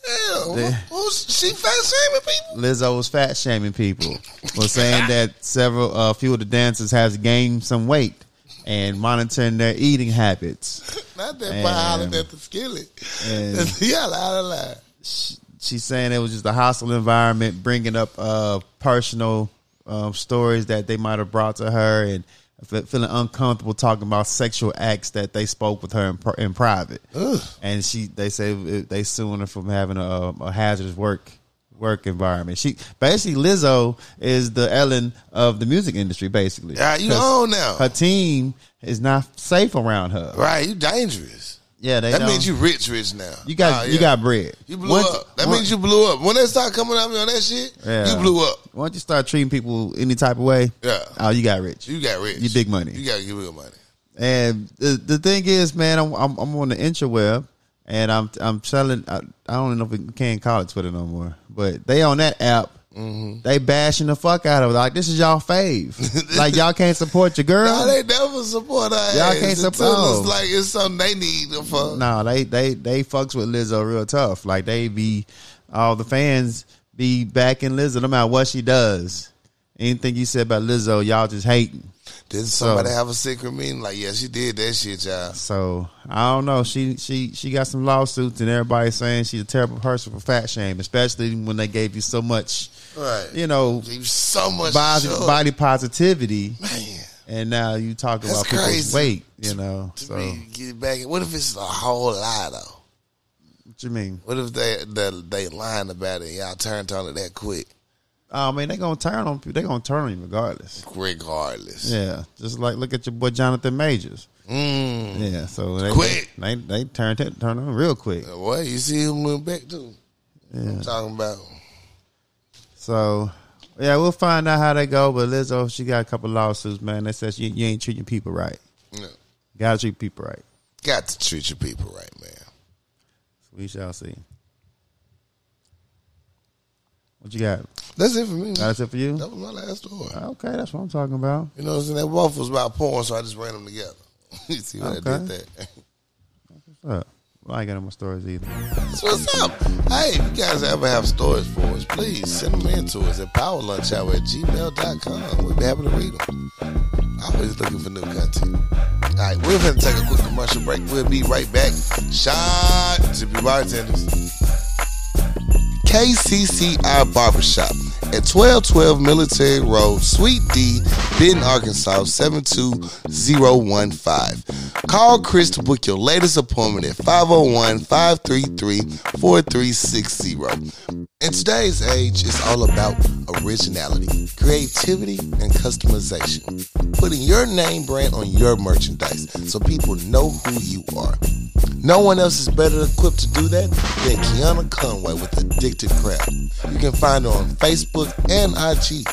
[SPEAKER 2] Damn, who, who's she fat shaming people?
[SPEAKER 1] Lizzo was fat shaming people, was saying that several, a few of the dancers has gained some weight and monitoring their eating habits.
[SPEAKER 2] Not that
[SPEAKER 1] And-
[SPEAKER 2] by hollering at the skillet.
[SPEAKER 1] And
[SPEAKER 2] Y'all out of line.
[SPEAKER 1] sh- she's saying it was just a hostile environment, bringing up uh, personal um, stories that they might have brought to her, and f- feeling uncomfortable talking about sexual acts that they spoke with her in, pri- in private. And she, they say it- they suing her from having a, um, a hazardous work work environment. She basically Lizzo is the Ellen of the music industry, basically.
[SPEAKER 2] Yeah, you
[SPEAKER 1] 'Cause
[SPEAKER 2] on now.
[SPEAKER 1] Her team is not safe around her.
[SPEAKER 2] Right, you dangerous.
[SPEAKER 1] Yeah, they
[SPEAKER 2] That
[SPEAKER 1] don't-
[SPEAKER 2] means you rich, rich now.
[SPEAKER 1] you got
[SPEAKER 2] Oh,
[SPEAKER 1] you
[SPEAKER 2] yeah.
[SPEAKER 1] got bread.
[SPEAKER 2] You blew
[SPEAKER 1] Once-
[SPEAKER 2] up. That
[SPEAKER 1] once-
[SPEAKER 2] means you blew up. When they start coming at me on that shit,
[SPEAKER 1] Yeah.
[SPEAKER 2] you blew up.
[SPEAKER 1] Why don't you start treating people any type of way?
[SPEAKER 2] Yeah.
[SPEAKER 1] Oh, you got rich.
[SPEAKER 2] You got rich.
[SPEAKER 1] You big money.
[SPEAKER 2] You got to give real money.
[SPEAKER 1] And the, the thing is, man, I'm, I'm I'm on the interweb, and I'm I'm selling. I, I don't know if we can call it Twitter no more, but they on that app.
[SPEAKER 2] Mm-hmm.
[SPEAKER 1] They bashing the fuck out of it. Like this is y'all fave. like y'all can't support your girl.
[SPEAKER 2] No, they never support our
[SPEAKER 1] Y'all
[SPEAKER 2] ass.
[SPEAKER 1] can't
[SPEAKER 2] Until
[SPEAKER 1] support.
[SPEAKER 2] It's like it's something they need to fuck.
[SPEAKER 1] No, they they they fucks with Lizzo real tough. Like they be all the fans be backing Lizzo no matter what she does. Anything you said about Lizzo, y'all just hating.
[SPEAKER 2] Did somebody have a secret meeting? Like, yeah, she did that shit, y'all.
[SPEAKER 1] So I don't know. She she she got some lawsuits and everybody's saying she's a terrible person for fat shame, especially when they gave you so much,
[SPEAKER 2] Right.
[SPEAKER 1] you know,
[SPEAKER 2] Gave you so much
[SPEAKER 1] body,
[SPEAKER 2] show.
[SPEAKER 1] body positivity,
[SPEAKER 2] Man.
[SPEAKER 1] and now you talk
[SPEAKER 2] That's
[SPEAKER 1] about people's
[SPEAKER 2] crazy.
[SPEAKER 1] weight. You know,
[SPEAKER 2] To
[SPEAKER 1] so
[SPEAKER 2] me, get it back. What if it's a whole lie though?
[SPEAKER 1] what you mean?
[SPEAKER 2] What if they the, they lying about it? Y'all turned on it that quick,
[SPEAKER 1] I mean, they gonna turn on they gonna turn on you regardless.
[SPEAKER 2] regardless.
[SPEAKER 1] Yeah, just like look at your boy Jonathan Majors.
[SPEAKER 2] Mm.
[SPEAKER 1] Yeah, so they
[SPEAKER 2] Quick.
[SPEAKER 1] They they, they turned it turned on real quick.
[SPEAKER 2] Well, you see him went back too. I'm talking about.
[SPEAKER 1] So yeah, we'll find out how they go. But Lizzo, she got a couple lawsuits, man. That says you, you ain't treating people right.
[SPEAKER 2] You know,
[SPEAKER 1] Gotta treat people right.
[SPEAKER 2] got to treat your people right, man.
[SPEAKER 1] We shall see. What you got?
[SPEAKER 2] That's it for me. man.
[SPEAKER 1] That's it for you?
[SPEAKER 2] That was my last story.
[SPEAKER 1] Okay, that's what I'm talking about.
[SPEAKER 2] You know what I'm saying? That waffle was about porn, so I just ran them together. you see what I
[SPEAKER 1] Okay.
[SPEAKER 2] did that?
[SPEAKER 1] What's up? Well, I ain't got no more stories either.
[SPEAKER 2] That's what's up. Hey, if you guys ever have stories for us, please send them in to us at powerlunchhour at gmail.com. We'll be happy to read them. Always looking for new content. All right, we're going to take a quick commercial break. We'll be right back. Shot to be bartenders. KCCI Barbershop at 1212 Military Road, Suite D, Benton, Arkansas, 72015. Call Chris to book your latest appointment at 501 533 4360. In today's age, it's all about originality, creativity, and customization. Putting your name brand on your merchandise so people know who you are. No one else is better equipped to do that than Kiana Conway with Addicted Craft. You can find her on Facebook and IG.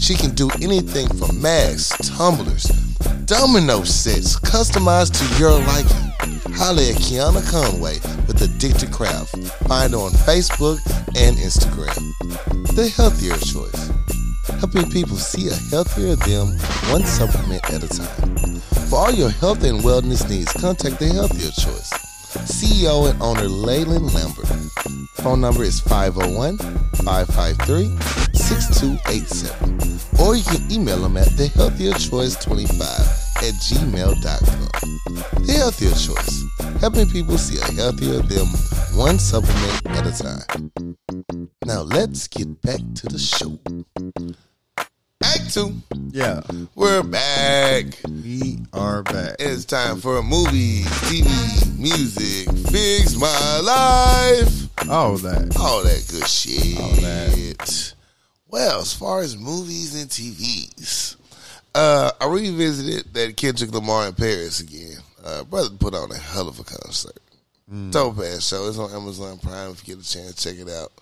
[SPEAKER 2] She can do anything from masks, tumblers, domino sets, customized to your liking. Holla at Kiana Conway with Addicted Craft. Find her on Facebook and Instagram. The healthier choice. Helping people see a healthier them one supplement at a time. For all your health and wellness needs, contact the healthier choice. CEO and owner Leyland Lambert. Phone number is 501 553 6287. Or you can email them at thehealthierchoice25 at gmail.com. The Healthier Choice, helping people see a healthier them one supplement at a time. Now let's get back to the show. Act two,
[SPEAKER 1] Yeah,
[SPEAKER 2] we're back.
[SPEAKER 1] we are back.
[SPEAKER 2] It's time for movies, TV, music, fix my life.
[SPEAKER 1] All Oh, that.
[SPEAKER 2] All that good shit.
[SPEAKER 1] All that.
[SPEAKER 2] Well, as far as movies and TVs, uh, I revisited that Kendrick Lamar in Paris again. Uh, brother put on a hell of a concert.
[SPEAKER 1] Hmm.
[SPEAKER 2] Dope ass show. It's on Amazon Prime. If you get a chance, check it out.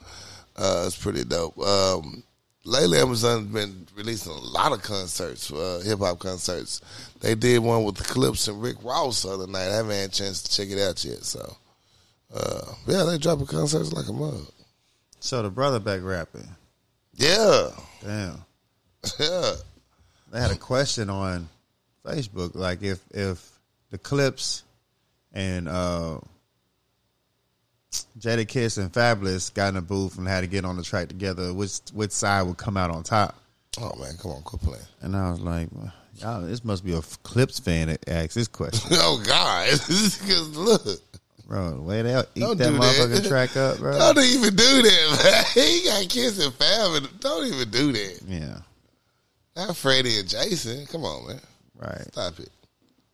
[SPEAKER 2] Uh, it's pretty dope. Um, lately, Amazon's been releasing a lot of concerts, uh, hip hop concerts. They did one with the Clips and Rick Ross the other night. I haven't had a chance to check it out yet. So, uh, yeah, they dropping concerts like a mug.
[SPEAKER 1] So the brother back rapping.
[SPEAKER 2] Yeah,
[SPEAKER 1] Damn.
[SPEAKER 2] yeah.
[SPEAKER 1] They had a question on Facebook, like if if the clips and uh Jada Kiss and Fabulous got in a booth and had to get on the track together, which which side would come out on top?
[SPEAKER 2] Oh man, come on, quit playing.
[SPEAKER 1] And I was like, y'all, this must be a f- Clips fan that asked this question.
[SPEAKER 2] oh God, 'Cause look,
[SPEAKER 1] Bro, the way they eat
[SPEAKER 2] Don't
[SPEAKER 1] that
[SPEAKER 2] do
[SPEAKER 1] motherfucking
[SPEAKER 2] that.
[SPEAKER 1] track up, bro.
[SPEAKER 2] don't even do that, man. He got kids and fam, and don't even do that.
[SPEAKER 1] yeah,
[SPEAKER 2] Not Freddie and Jason. Come on, man.
[SPEAKER 1] right.
[SPEAKER 2] Stop it.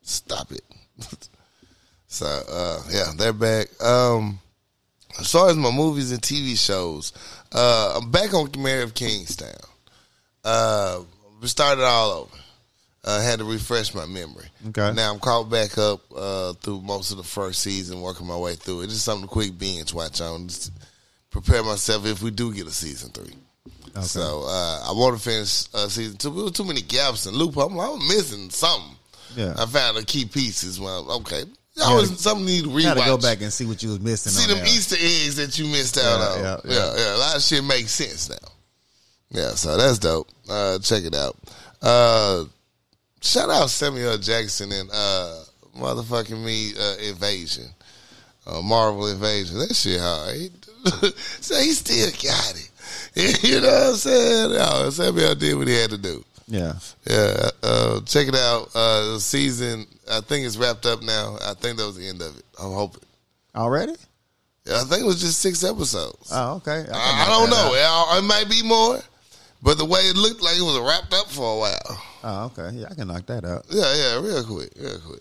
[SPEAKER 2] Stop it. so uh, yeah, they're back. Um, as far as my movies and TV shows, uh, I'm back on Mary of Kingstown. Uh, we started all over. I had to refresh my memory.
[SPEAKER 1] Okay.
[SPEAKER 2] Now I'm caught back up uh, through most of the first season, working my way through it. Just something to quick binge watch on. Just prepare myself if we do get a season three. So uh, I want to finish uh, season two. There were too many gaps and loopholes. I'm, like, I'm missing something.
[SPEAKER 1] Yeah.
[SPEAKER 2] I found the key pieces. When I, okay, I was something need to rewatch.
[SPEAKER 1] Gotta go back and see what you was missing.
[SPEAKER 2] See
[SPEAKER 1] on
[SPEAKER 2] them
[SPEAKER 1] there.
[SPEAKER 2] Easter eggs that you missed out
[SPEAKER 1] Oh, Yeah,
[SPEAKER 2] on.
[SPEAKER 1] yeah,
[SPEAKER 2] Yeah
[SPEAKER 1] yeah.
[SPEAKER 2] yeah. A lot of shit makes sense now. Yeah, so that's dope. Uh, check it out. Uh, shout out Samuel Jackson and uh, motherfucking me uh, Invasion, uh, Marvel Invasion. That shit hard. so he still got it. you know what I'm saying? No, Samuel did what he had to do.
[SPEAKER 1] Yeah,
[SPEAKER 2] Yeah, uh, check it out. Uh, the season, I think it's wrapped up now. I think that was the end of it. I'm hoping.
[SPEAKER 1] already?
[SPEAKER 2] I think it was just six episodes.
[SPEAKER 1] Oh, okay. can
[SPEAKER 2] I, I
[SPEAKER 1] knock
[SPEAKER 2] don't
[SPEAKER 1] that
[SPEAKER 2] know.
[SPEAKER 1] out.
[SPEAKER 2] It, it might be more, but the way it looked like it was wrapped up for a while.
[SPEAKER 1] Oh, okay. Yeah, I can knock that out.
[SPEAKER 2] Yeah, yeah, real quick, real quick.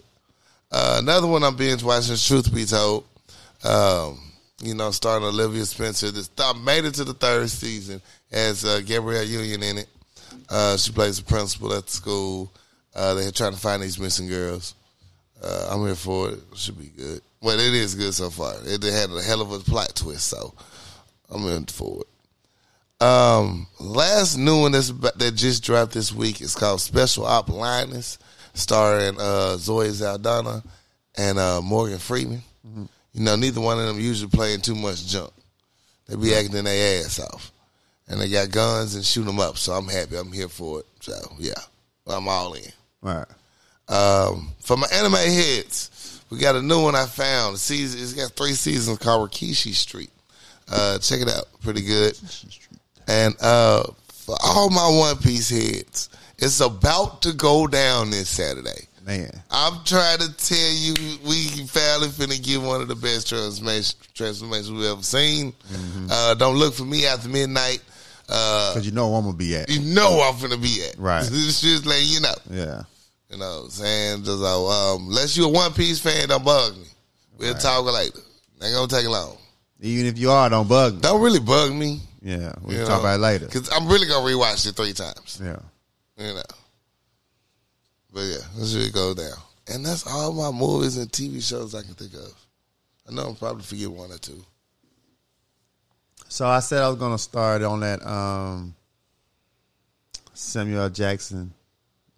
[SPEAKER 2] Uh, another one I'm binge watching is Truth Be Told. Um, you know, starring Olivia Spencer. This I made it to the third season as uh, Gabrielle Union in it. Uh, she plays the principal at the school. Uh, they're trying to find these missing girls. Uh, I'm here for it. Should be good. Well, it is good so far. It had a hell of a plot twist, so I'm in for it. Um, last new one that's about, that just dropped this week is called Special Op Blindness, starring uh, Zoe Zaldana and uh, Morgan Freeman. You know, neither one of them usually playing too much junk. They be acting their ass off, and they got guns and shoot them up. So I'm happy. I'm here for it. So yeah, I'm all in.
[SPEAKER 1] All right.
[SPEAKER 2] Um, for my anime heads, We got a new one I found. It's season- It's got three seasons called Rikishi Street. Uh, check it out. Pretty good. And uh, for all my One Piece heads, it's about to go down this Saturday.
[SPEAKER 1] Man,
[SPEAKER 2] I'm trying to tell you, we finally finna get one of the best transformation transformations we've ever seen. Uh, don't look for me after midnight. Uh,
[SPEAKER 1] because you know where I'm gonna be at.
[SPEAKER 2] you know I'm finna be at
[SPEAKER 1] Right.
[SPEAKER 2] It's just letting you know.
[SPEAKER 1] Yeah,
[SPEAKER 2] You know what I'm saying? Just like, um, unless you a One Piece fan, don't bug me. We'll talk later. Ain't gonna take long.
[SPEAKER 1] even if you are, don't bug me.
[SPEAKER 2] Don't really bug me.
[SPEAKER 1] Yeah, we
[SPEAKER 2] you
[SPEAKER 1] can
[SPEAKER 2] know,
[SPEAKER 1] talk about it later.
[SPEAKER 2] Cause I'm really gonna rewatch it three times.
[SPEAKER 1] Yeah,
[SPEAKER 2] You know. But yeah, this shit go down. And that's all my movies and TV shows I can think of. I know I'm probably forget one or two.
[SPEAKER 1] so I said I was gonna start on that um, Samuel L. Jackson.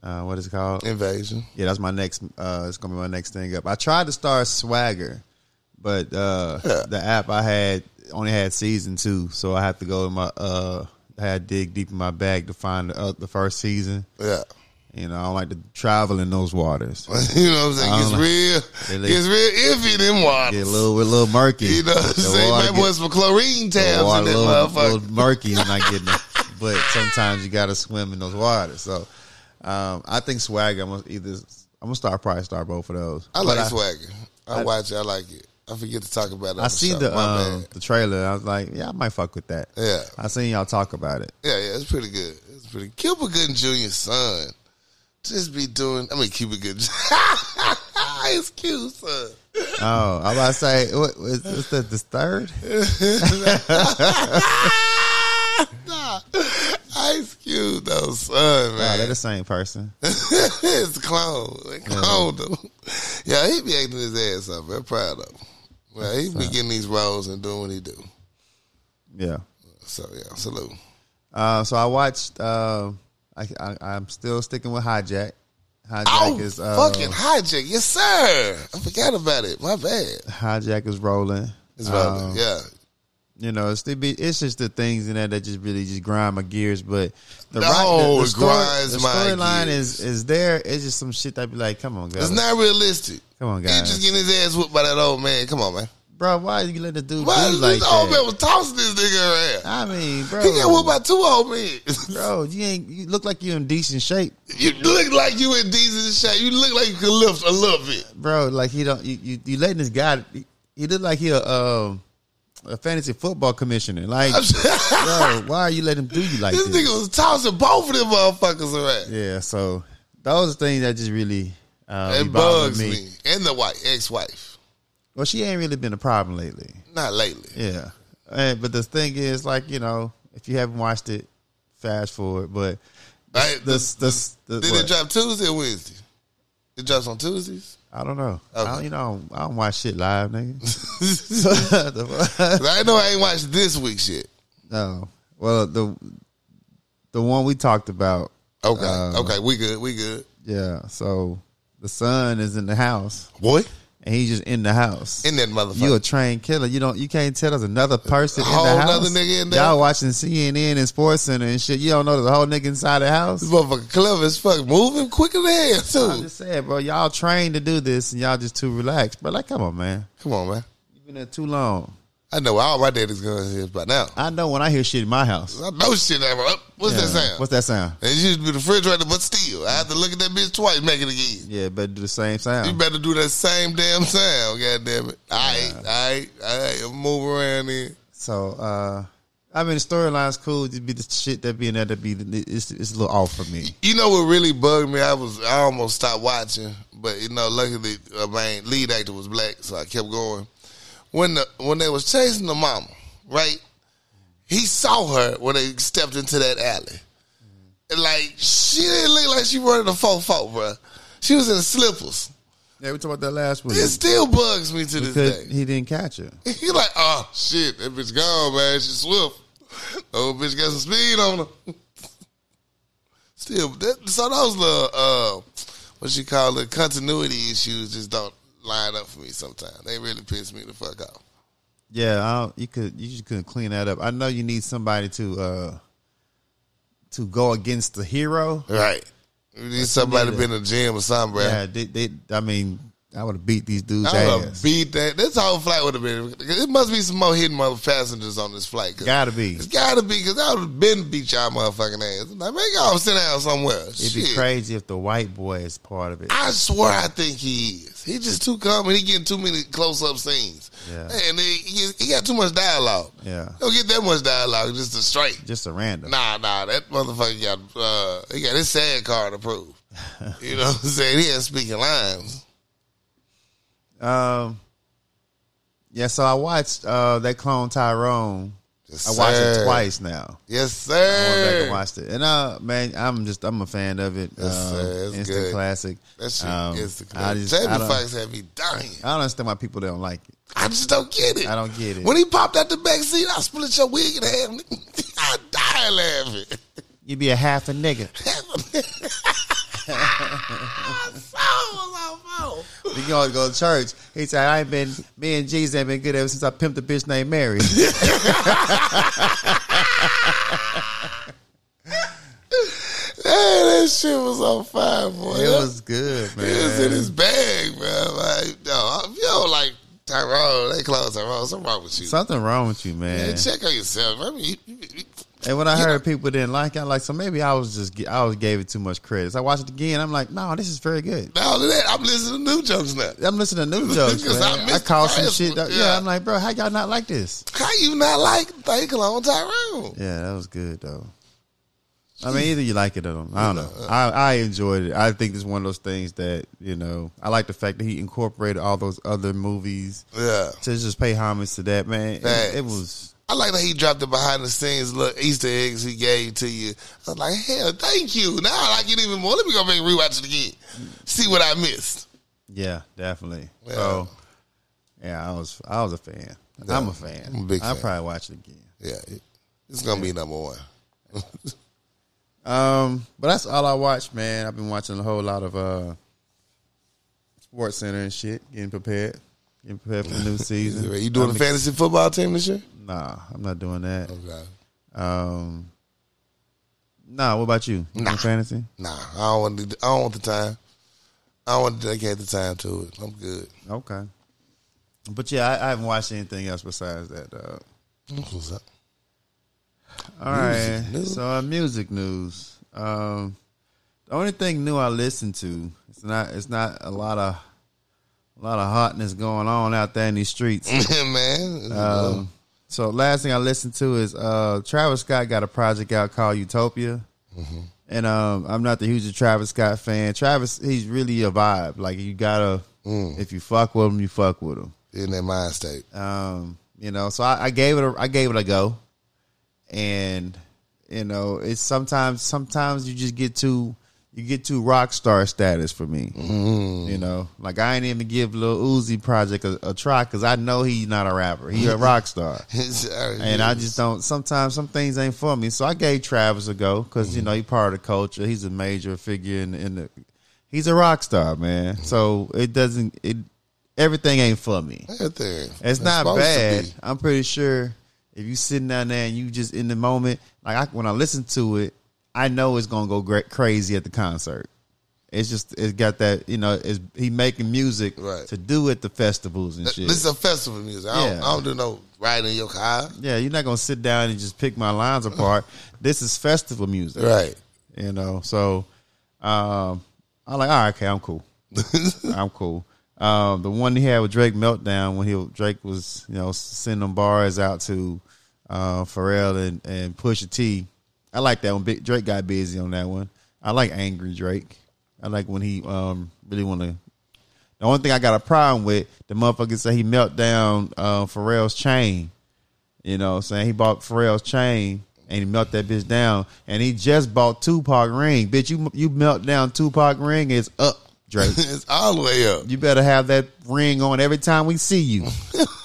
[SPEAKER 1] Uh, what is it called?
[SPEAKER 2] Invasion.
[SPEAKER 1] Yeah, that's my next. Uh, it's gonna be my next thing up. I tried to start Swagger, but uh,
[SPEAKER 2] Yeah.
[SPEAKER 1] the app I had only had season two, so I have to go to my. Uh, I had to dig deep in my bag to find the, uh, the first season.
[SPEAKER 2] Yeah.
[SPEAKER 1] You know, I don't like to travel in those waters.
[SPEAKER 2] you know what I'm saying?
[SPEAKER 1] I
[SPEAKER 2] It's
[SPEAKER 1] don't
[SPEAKER 2] real
[SPEAKER 1] Really?
[SPEAKER 2] it's real iffy them waters.
[SPEAKER 1] Get a little, a little murky.
[SPEAKER 2] you know what I'm
[SPEAKER 1] The
[SPEAKER 2] saying?
[SPEAKER 1] water
[SPEAKER 2] Might want some chlorine
[SPEAKER 1] get- the
[SPEAKER 2] tabs
[SPEAKER 1] water
[SPEAKER 2] in that
[SPEAKER 1] little,
[SPEAKER 2] motherfucker.
[SPEAKER 1] little murky and not getting it. But sometimes you got to swim in those waters. So um, I think Swagger. I'm gonna either. I'm gonna start probably start both of those.
[SPEAKER 2] I
[SPEAKER 1] But
[SPEAKER 2] like Swagger. I, watch it, I like it. I forget to talk about it. on
[SPEAKER 1] I seen
[SPEAKER 2] show.
[SPEAKER 1] the
[SPEAKER 2] My
[SPEAKER 1] um,
[SPEAKER 2] bad.
[SPEAKER 1] the trailer. I was like, yeah, I might fuck with that.
[SPEAKER 2] Yeah.
[SPEAKER 1] I seen y'all talk about it.
[SPEAKER 2] Yeah, yeah, it's pretty good. It's pretty. Cuba Gooding Jr.'s son just be doing. I mean, Cuba Gooding. it's cute, son.
[SPEAKER 1] Oh, I was about to say, what, was, was that the third?
[SPEAKER 2] nah, Ice Cube though, son,
[SPEAKER 1] Nah,
[SPEAKER 2] man.
[SPEAKER 1] they're the same person.
[SPEAKER 2] it's a clone. They cloned him. Yeah, he be acting his ass up. I'm proud of him. Well, he be getting these roles and doing what he do.
[SPEAKER 1] Yeah.
[SPEAKER 2] So yeah, salute.
[SPEAKER 1] Uh, so I watched. Uh, I, I, I'm still sticking with Hijack. Hijack
[SPEAKER 2] Oh,
[SPEAKER 1] is uh,
[SPEAKER 2] fucking hijack, yes sir. I forgot about it. My bad.
[SPEAKER 1] Hijack is rolling.
[SPEAKER 2] It's
[SPEAKER 1] Um,
[SPEAKER 2] relevant. yeah.
[SPEAKER 1] You know, it's, the be, it's just the things in there that just really just grind my gears. But the,
[SPEAKER 2] No,
[SPEAKER 1] ri- the, the
[SPEAKER 2] it
[SPEAKER 1] story-
[SPEAKER 2] grinds
[SPEAKER 1] the
[SPEAKER 2] my
[SPEAKER 1] storyline is
[SPEAKER 2] gears.
[SPEAKER 1] is there. It's just some shit that be like, come on, guys,
[SPEAKER 2] It's not realistic.
[SPEAKER 1] come on,
[SPEAKER 2] He
[SPEAKER 1] guys,
[SPEAKER 2] just getting his ass whooped by that old man. Come on, man.
[SPEAKER 1] bro. Why you let the dude
[SPEAKER 2] Why
[SPEAKER 1] do
[SPEAKER 2] this
[SPEAKER 1] like
[SPEAKER 2] old man
[SPEAKER 1] that?
[SPEAKER 2] was tossing this nigga around?
[SPEAKER 1] I mean, bro,
[SPEAKER 2] He got whooped by two old men.
[SPEAKER 1] bro, you ain't. You look like you're in decent shape,
[SPEAKER 2] you look like you in decent shape. You look like you could lift a little bit.
[SPEAKER 1] bro. Like he don't. You you, you letting this guy. He, he look like he a um a fantasy football commissioner. Like,
[SPEAKER 2] I'm sure-
[SPEAKER 1] bro, why are you letting him do you like
[SPEAKER 2] this
[SPEAKER 1] this?
[SPEAKER 2] nigga was tossing both of them motherfuckers around.
[SPEAKER 1] Yeah, so those are things that just really uh,
[SPEAKER 2] It
[SPEAKER 1] be bothering
[SPEAKER 2] bugs me.
[SPEAKER 1] me.
[SPEAKER 2] And the white ex-wife.
[SPEAKER 1] Well, she ain't really been a problem lately.
[SPEAKER 2] Not lately.
[SPEAKER 1] Yeah, and, but the thing is, like you know, if you haven't watched it, fast forward. But
[SPEAKER 2] Right?
[SPEAKER 1] this this, this
[SPEAKER 2] Did
[SPEAKER 1] what?
[SPEAKER 2] it drop Tuesday or Wednesday? It drops on Tuesdays.
[SPEAKER 1] I don't know.
[SPEAKER 2] Okay.
[SPEAKER 1] I don't, you know, I don't, I don't watch shit live, nigga.
[SPEAKER 2] I
[SPEAKER 1] The fuck?
[SPEAKER 2] know I ain't watched this week's shit.
[SPEAKER 1] No. Well, the the one we talked about,
[SPEAKER 2] Okay,
[SPEAKER 1] Uh,
[SPEAKER 2] okay, we good, we good.
[SPEAKER 1] yeah. So the son is in the house,
[SPEAKER 2] Boy,
[SPEAKER 1] and he's just in the house.
[SPEAKER 2] in that motherfucker.
[SPEAKER 1] you a trained killer. You don't. You can't tell there's another person in
[SPEAKER 2] Whole
[SPEAKER 1] the house.
[SPEAKER 2] nother nigga in there?
[SPEAKER 1] Y'all watching CNN and Sports Center and shit. You don't know there's a whole nigga inside the
[SPEAKER 2] This
[SPEAKER 1] house.
[SPEAKER 2] motherfucker clever as fuck, moving quick as hell
[SPEAKER 1] I'm
[SPEAKER 2] too.
[SPEAKER 1] just saying, bro. Y'all trained to do this, and y'all just too relaxed. But like, come on, man.
[SPEAKER 2] Come on, man.
[SPEAKER 1] You've been there too long.
[SPEAKER 2] I know all my daddy's guns is by now.
[SPEAKER 1] I know when I hear shit in my house.
[SPEAKER 2] I know shit ever. What's that
[SPEAKER 1] Yeah.
[SPEAKER 2] sound?
[SPEAKER 1] What's that sound?
[SPEAKER 2] it used to be the refrigerator, but still, I have to look at that bitch twice, make it again.
[SPEAKER 1] Yeah, better do the same
[SPEAKER 2] You
[SPEAKER 1] sound.
[SPEAKER 2] better do that same damn sound, goddamn it. All right, all right, all right. I'm move around here.
[SPEAKER 1] So, uh, I mean, the storyline's cool. Just be the shit that be in there that be it's, it's a little off for me.
[SPEAKER 2] You know what really bugged me? I was I almost stopped watching, but you know, luckily uh, my lead actor was black, so I kept going. When the when they was chasing the mama, right? He saw her when they stepped into that alley. And like she didn't look like she running a faux faux, bro. She was in slippers.
[SPEAKER 1] Yeah, we talked about that last week.
[SPEAKER 2] It still bugs me to this
[SPEAKER 1] Because
[SPEAKER 2] day.
[SPEAKER 1] he didn't catch her.
[SPEAKER 2] He like, oh shit, that bitch gone, man. She swift. Oh, bitch got some speed on her. Still, that, so those little uh, what you call it, continuity issues just don't line up for me. Sometimes they really piss me the fuck off.
[SPEAKER 1] Yeah, I don't, you could you just couldn't clean that up. I know you need somebody to uh to go against the hero.
[SPEAKER 2] Right? You need somebody
[SPEAKER 1] need
[SPEAKER 2] been in the gym or something, bro.
[SPEAKER 1] Yeah, they, they I mean I would have beat these dudes'
[SPEAKER 2] I
[SPEAKER 1] ass.
[SPEAKER 2] would have beat that. This whole flight would have been. There must be some more hidden mother passengers on this flight. 'cause
[SPEAKER 1] Gotta be.
[SPEAKER 2] It's gotta be because I would have been beat y'all motherfucking ass. Like, man, y'all sit down somewhere.
[SPEAKER 1] It'd
[SPEAKER 2] Shit.
[SPEAKER 1] be crazy if the white boy is part of it.
[SPEAKER 2] I swear I think he is. He just too calm and he getting too many close up scenes.
[SPEAKER 1] Yeah.
[SPEAKER 2] And he, he, he got too much dialogue.
[SPEAKER 1] Yeah,
[SPEAKER 2] Don't get that much dialogue just to straight.
[SPEAKER 1] just a random.
[SPEAKER 2] Nah, nah, that motherfucker got uh, he got his sad card approved. you know what I'm saying? He ain't speaking lines.
[SPEAKER 1] Um, yeah. So I watched uh that clone Tyrone.
[SPEAKER 2] Yes,
[SPEAKER 1] I watched
[SPEAKER 2] sir.
[SPEAKER 1] it twice now.
[SPEAKER 2] Yes,
[SPEAKER 1] I went back
[SPEAKER 2] sir.
[SPEAKER 1] and watched it, and uh, man, I'm just I'm a fan of it.
[SPEAKER 2] Yes,
[SPEAKER 1] Um,
[SPEAKER 2] sir. It's
[SPEAKER 1] instant
[SPEAKER 2] good.
[SPEAKER 1] classic.
[SPEAKER 2] That shit
[SPEAKER 1] Um,
[SPEAKER 2] is the
[SPEAKER 1] I
[SPEAKER 2] classic.
[SPEAKER 1] just
[SPEAKER 2] Jamie
[SPEAKER 1] I don't,
[SPEAKER 2] Foxx had me dying.
[SPEAKER 1] I don't understand why people don't like it.
[SPEAKER 2] I just don't get it.
[SPEAKER 1] I don't get it.
[SPEAKER 2] When he popped out the back seat, I split your wig in half. nigga. I die laughing.
[SPEAKER 1] You'd be a half a nigga.
[SPEAKER 2] Oh, oh, oh.
[SPEAKER 1] You can always go to church. He said, I ain't been, me and Jesus ain't been good ever since I pimped a bitch named Mary.
[SPEAKER 2] Hey, that shit was on fire, boy.
[SPEAKER 1] it was good, man.
[SPEAKER 2] He was in his bag, bro. Like, no, if you don't like Tyrone, they close Tyrone. Something wrong with you.
[SPEAKER 1] Something wrong with you, man.
[SPEAKER 2] Man, check on yourself. I mean, you, you, you-
[SPEAKER 1] and when I heard people didn't like it, I'm like, so maybe I was just, I was gave it too much credit. So I watched it again. I'm like, no, this is very good.
[SPEAKER 2] not only that, I'm listening to new jokes now.
[SPEAKER 1] I'm listening to new jokes,
[SPEAKER 2] 'Cause I
[SPEAKER 1] man. I,
[SPEAKER 2] missed
[SPEAKER 1] called
[SPEAKER 2] the
[SPEAKER 1] some
[SPEAKER 2] last
[SPEAKER 1] shit.
[SPEAKER 2] one,
[SPEAKER 1] that- yeah.
[SPEAKER 2] yeah.
[SPEAKER 1] I'm like, bro, how y'all not like this?
[SPEAKER 2] How you not like They Clone Tyrone?
[SPEAKER 1] Yeah, that was good though. I mean, either you like it or don't. I don't know. I, I enjoyed it. I think it's one of those things that you know. I like the fact that he incorporated all those other movies
[SPEAKER 2] Yeah.
[SPEAKER 1] to just pay homage to that man. It,
[SPEAKER 2] Facts.
[SPEAKER 1] it was
[SPEAKER 2] I like that he dropped the behind the scenes little Easter eggs he gave to you. I was like, hell, thank you. Now I like it even more. Let me go back and rewatch it again. See what I missed.
[SPEAKER 1] yeah, definitely.
[SPEAKER 2] Yeah.
[SPEAKER 1] So yeah, I was I was a fan. I'm a fan.
[SPEAKER 2] I'm a big
[SPEAKER 1] I'll
[SPEAKER 2] fan.
[SPEAKER 1] probably watch it again.
[SPEAKER 2] Yeah, it- it's gonna be number one.
[SPEAKER 1] Um, but that's all I watched, man. I've been watching a whole lot of uh Sports Center and shit, getting prepared. Getting prepared for the new season.
[SPEAKER 2] You doing
[SPEAKER 1] I'm
[SPEAKER 2] the fantasy football team this year?
[SPEAKER 1] ex- Nah, I'm not doing that.
[SPEAKER 2] Okay.
[SPEAKER 1] Um, nah, what about you? You doing fantasy?
[SPEAKER 2] Nah, I don't want. To, I don't want the time. I don't want to dedicate the time to it. I'm good.
[SPEAKER 1] Okay. But yeah, I, I haven't watched anything else besides that. Dog.
[SPEAKER 2] What's up?
[SPEAKER 1] All right.
[SPEAKER 2] Music news.
[SPEAKER 1] So uh, music news. Um, the only thing new I listen to it's not it's not a lot of a lot of hotness going on out there in these streets.
[SPEAKER 2] man.
[SPEAKER 1] Um, so last thing I listened to is uh, Travis Scott got a project out called Utopia, and um, I'm not the hugest Travis Scott fan. Travis, he's really a vibe. Like you gotta, if you fuck with him, you fuck with him.
[SPEAKER 2] in that mind state.
[SPEAKER 1] Um, you know, so I, I gave it a I gave it a go, and you know, it's sometimes sometimes you just get too you get too rock star status for me. You know, like I ain't even give Lil Uzi project a, a try because I know he's not a rapper. He a rock star. And I just don't. Sometimes some things ain't for me. So I gave Travis a go because
[SPEAKER 2] Mm-hmm.
[SPEAKER 1] you know he's part of the culture. He's a major figure in, in the. He's a rock star, man.
[SPEAKER 2] Mm-hmm.
[SPEAKER 1] So it doesn't. It everything ain't for me.
[SPEAKER 2] everything.
[SPEAKER 1] It's not
[SPEAKER 2] supposed to
[SPEAKER 1] bad.
[SPEAKER 2] be.
[SPEAKER 1] I'm pretty sure if you sitting down there and you just in the moment, like I, when I listen to it, I know it's gonna go gra- crazy at the concert. It's just it's got that you know. It's, he making music
[SPEAKER 2] Right.
[SPEAKER 1] to do at the festivals and shit.
[SPEAKER 2] This is a festival music. I
[SPEAKER 1] Yeah.
[SPEAKER 2] don't, I don't do no riding in your car.
[SPEAKER 1] Yeah, you're not gonna sit down and just pick my lines apart. this is festival music,
[SPEAKER 2] Right.
[SPEAKER 1] You know, so um, I'm like, all right, okay, I'm cool. I'm cool. Um, the one he had with Drake meltdown when he Drake was you know sending bars out to uh, Pharrell and and Pusha T. I like that one. Big, Drake got busy on that one. I like angry Drake. I like when he um, really want to. The only thing I got a problem with the motherfucker say he meltdown down uh, Pharrell's chain. You know, what I'm saying he bought Pharrell's chain and he melt that bitch down, and he just bought Tupac ring. Bitch, you you melt down Tupac ring is up, Drake.
[SPEAKER 2] It's all the way up.
[SPEAKER 1] You better have that ring on every time we see you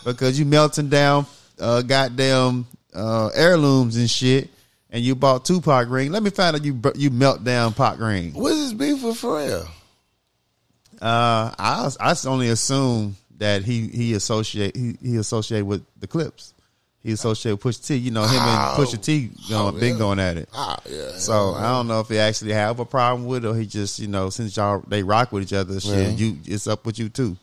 [SPEAKER 1] because you melting down uh, goddamn uh, heirlooms and shit. And you bought Tupac ring. Let me find out you br- you melt down Pac ring.
[SPEAKER 2] What is this beef with Pharrell?
[SPEAKER 1] Uh, I I s- only assume that he he associate he, he associate with the clips. he associated with Pusha T. You know, him and Pusha T going,
[SPEAKER 2] Oh,
[SPEAKER 1] been
[SPEAKER 2] yeah.
[SPEAKER 1] going at it.
[SPEAKER 2] Ah, yeah.
[SPEAKER 1] So I don't know if he actually have a problem with it or he just, you know, since y'all they rock with each other, shit, you it's up with you too.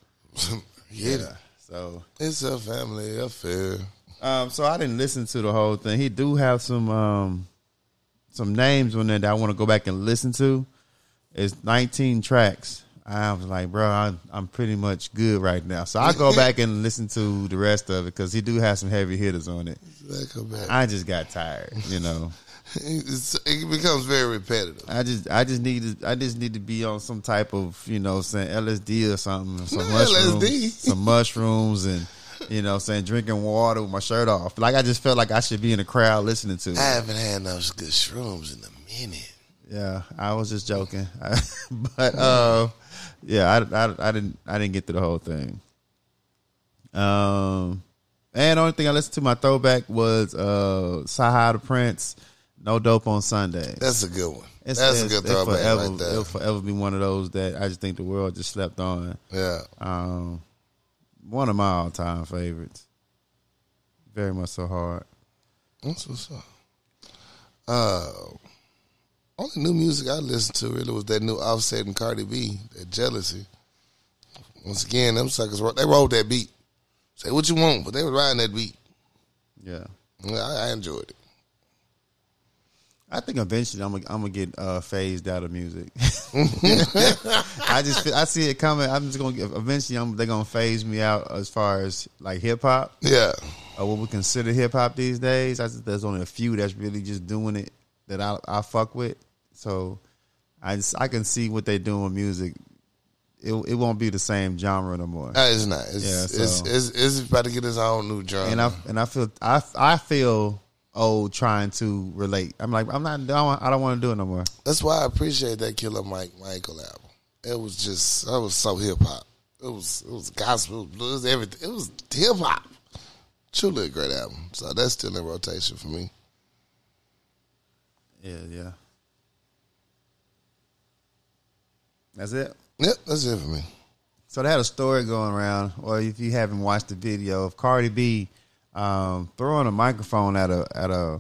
[SPEAKER 2] yeah.
[SPEAKER 1] So
[SPEAKER 2] It's a family affair.
[SPEAKER 1] um so I didn't listen to the whole thing. He do have some um some names on there that I want to go back and listen to. It's 19 tracks. I was like, bro, I, I'm pretty much good right now. So I go back and listen to the rest of it because he do have some heavy hitters on it.
[SPEAKER 2] That come back.
[SPEAKER 1] I just got tired, you know.
[SPEAKER 2] It's, it becomes very repetitive.
[SPEAKER 1] I just I just need to I just need to be on some type of you know saying LSD or something some
[SPEAKER 2] Not
[SPEAKER 1] mushrooms
[SPEAKER 2] LSD.
[SPEAKER 1] some mushrooms and you know saying drinking water with my shirt off like I just felt like I should be in a crowd listening to
[SPEAKER 2] I
[SPEAKER 1] it.
[SPEAKER 2] haven't had those good shrooms in a minute.
[SPEAKER 1] yeah I was just joking but uh, yeah I, I, I didn't I didn't get through the whole thing um and the only thing I listened to my throwback was uh Sahara Prince No Dope on Sunday
[SPEAKER 2] That's a good one. That's a good throwback
[SPEAKER 1] forever,
[SPEAKER 2] right there.
[SPEAKER 1] It'll forever be one of those that I just think the world just slept on.
[SPEAKER 2] yeah.
[SPEAKER 1] Um, one of my all-time favorites. Very much so hard.
[SPEAKER 2] That's what's up. Uh, only new music I listened to really was that new Offset and Cardi B, that Jealousy. Once again, them suckers, wrote- they rolled that beat. Say what you want, but they were riding that beat.
[SPEAKER 1] Yeah,
[SPEAKER 2] Yeah, I, I enjoyed it.
[SPEAKER 1] I think eventually I'm gonna I'm gonna get uh, phased out of music. I just feel- I see it coming. I'm just gonna get, eventually I'm, they're gonna phase me out as far as like hip hop.
[SPEAKER 2] Yeah.
[SPEAKER 1] uh, what we consider hip hop these days. I just, there's only a few that's really just doing it that I I fuck with. So I just, I can see what they doing with music. It it won't be the same genre no more.
[SPEAKER 2] No, it's not. It's,
[SPEAKER 1] Yeah,
[SPEAKER 2] it's,
[SPEAKER 1] so-
[SPEAKER 2] it's, it's about to get its own new genre.
[SPEAKER 1] And I and I feel I I feel old trying to relate. I'm like I'm not I don't, want- I don't want to do it no more.
[SPEAKER 2] That's why I appreciate that Killer Mike Michael album. It was just that was so hip hop. It was it was gospel, it was blues, everything. It was hip hop. Truly a great album. So that's still in rotation for me.
[SPEAKER 1] Yeah, yeah. That's it.
[SPEAKER 2] Yep, that's it for me.
[SPEAKER 1] So they had a story going around, or if you haven't watched the video of Cardi B um, throwing a microphone at a at a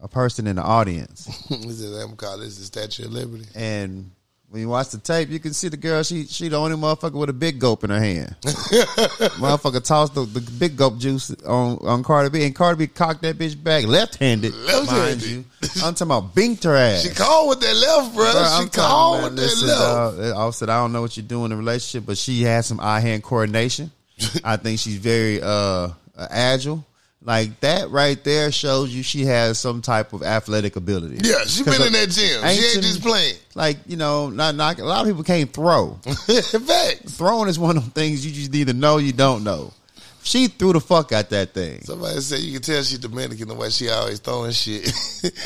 [SPEAKER 1] a person in the audience,
[SPEAKER 2] he said, "I'm called this the Statue of Liberty."
[SPEAKER 1] and when you watch the tape, you can see the girl. She she the only motherfucker with a big gulp in her hand. motherfucker tossed the, the big gulp juice on on Cardi B, and Cardi B cocked that bitch back left handed.
[SPEAKER 2] Left-handed.
[SPEAKER 1] Mind you, I'm talking about binked her ass.
[SPEAKER 2] She called with that left, bro.
[SPEAKER 1] Bro,
[SPEAKER 2] she
[SPEAKER 1] I'm
[SPEAKER 2] called
[SPEAKER 1] talking
[SPEAKER 2] with
[SPEAKER 1] about
[SPEAKER 2] that
[SPEAKER 1] this. uh,
[SPEAKER 2] left.
[SPEAKER 1] I said I don't know what you do in a relationship, but she has some eye hand coordination. I think she's very uh agile. Like that right there shows you she has some type of athletic ability.
[SPEAKER 2] yeah, she been
[SPEAKER 1] Because
[SPEAKER 2] in that gym. She ain't
[SPEAKER 1] ancient-
[SPEAKER 2] just playing.
[SPEAKER 1] Like you know, not not a lot of people can't throw.
[SPEAKER 2] Facts.
[SPEAKER 1] Throwing is one of the things you just either know or you don't know. She threw the fuck out that thing.
[SPEAKER 2] Somebody said you can tell she Dominican the way she always throwing shit.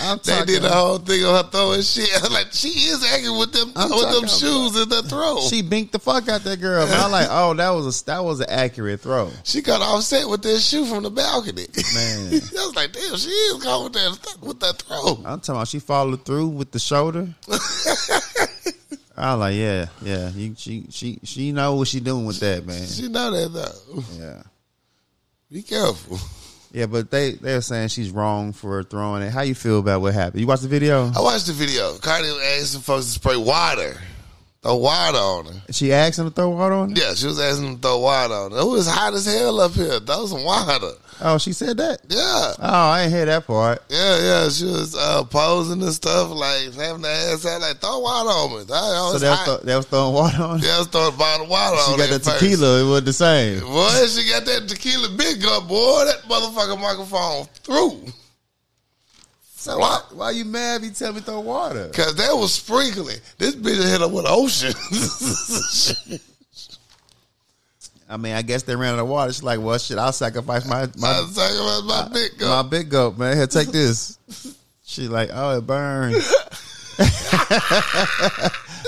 [SPEAKER 1] I'm
[SPEAKER 2] they did
[SPEAKER 1] talking-
[SPEAKER 2] the whole thing on her throwing shit. I'm like she is acting with them
[SPEAKER 1] I'm
[SPEAKER 2] with them
[SPEAKER 1] talking
[SPEAKER 2] shoes in the throw. She,
[SPEAKER 1] She binked the fuck out that girl. But I'm like, oh, that was a that was an accurate throw.
[SPEAKER 2] got offset with that shoe from the balcony.
[SPEAKER 1] Man.
[SPEAKER 2] I was like, damn, she is going with that with that throw.
[SPEAKER 1] I'm talking about she followed through with the shoulder. I was like, yeah, yeah. You, she she she know what she doing with that man.
[SPEAKER 2] She know that though.
[SPEAKER 1] Yeah,
[SPEAKER 2] Be careful.
[SPEAKER 1] yeah. But they they're saying she's wrong for throwing it. How you feel about what happened? You watch the video?
[SPEAKER 2] I watched the video. Cardi asked some folks to spray water. Throw water on her.
[SPEAKER 1] She asked him to throw water on. It?
[SPEAKER 2] Yeah, she was asking them to throw water on her. It was hot as hell up here. Throw some water.
[SPEAKER 1] Oh, she said that.
[SPEAKER 2] Yeah.
[SPEAKER 1] Oh, I ain't hear that part.
[SPEAKER 2] Yeah, yeah, she was uh, posing and stuff, like having her ass out, like throw water on me. I, I
[SPEAKER 1] So
[SPEAKER 2] was
[SPEAKER 1] they was,
[SPEAKER 2] hot.
[SPEAKER 1] th- they was throwing water on. it?
[SPEAKER 2] yeah, I was throwing a bottle of water
[SPEAKER 1] She
[SPEAKER 2] on
[SPEAKER 1] got
[SPEAKER 2] her
[SPEAKER 1] the
[SPEAKER 2] first.
[SPEAKER 1] tequila. It was the same.
[SPEAKER 2] Boy, she got that tequila big up, boy. That motherfucking microphone through.
[SPEAKER 1] So why why you mad? If you tell me to throw water.
[SPEAKER 2] Cause that was sprinkling. This bitch hit her with ocean.
[SPEAKER 1] I mean, I guess they ran out of water. She's like, well, shit, I'll sacrifice my
[SPEAKER 2] I
[SPEAKER 1] my
[SPEAKER 2] was talking about my big
[SPEAKER 1] My
[SPEAKER 2] up.
[SPEAKER 1] big goat, man. Here, take this. she like, oh, it burns.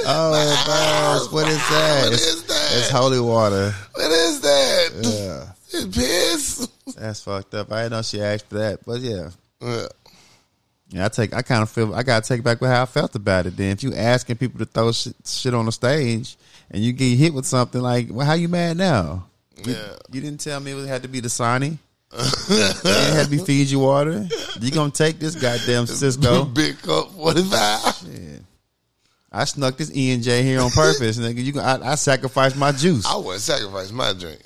[SPEAKER 1] oh, it burns. What is that?
[SPEAKER 2] What
[SPEAKER 1] it's,
[SPEAKER 2] is that?
[SPEAKER 1] it's holy water.
[SPEAKER 2] What is that?
[SPEAKER 1] Yeah.
[SPEAKER 2] It's piss.
[SPEAKER 1] That's fucked up. I didn't know she asked for that, but yeah.
[SPEAKER 2] Yeah.
[SPEAKER 1] Yeah, I take. I kind of feel. I gotta take back with how I felt about it. Then, if you asking people to throw shit, shit on the stage and you get hit with something, like, well, how you mad now?
[SPEAKER 2] yeah.
[SPEAKER 1] You didn't tell me it had to be the Dasani. Can't have me feed you water. You gonna take this goddamn Cisco?
[SPEAKER 2] Big cup forty five.
[SPEAKER 1] I snuck this E and J here on purpose, nigga. You, can, I, I sacrificed my juice.
[SPEAKER 2] I wouldn't sacrifice my drink.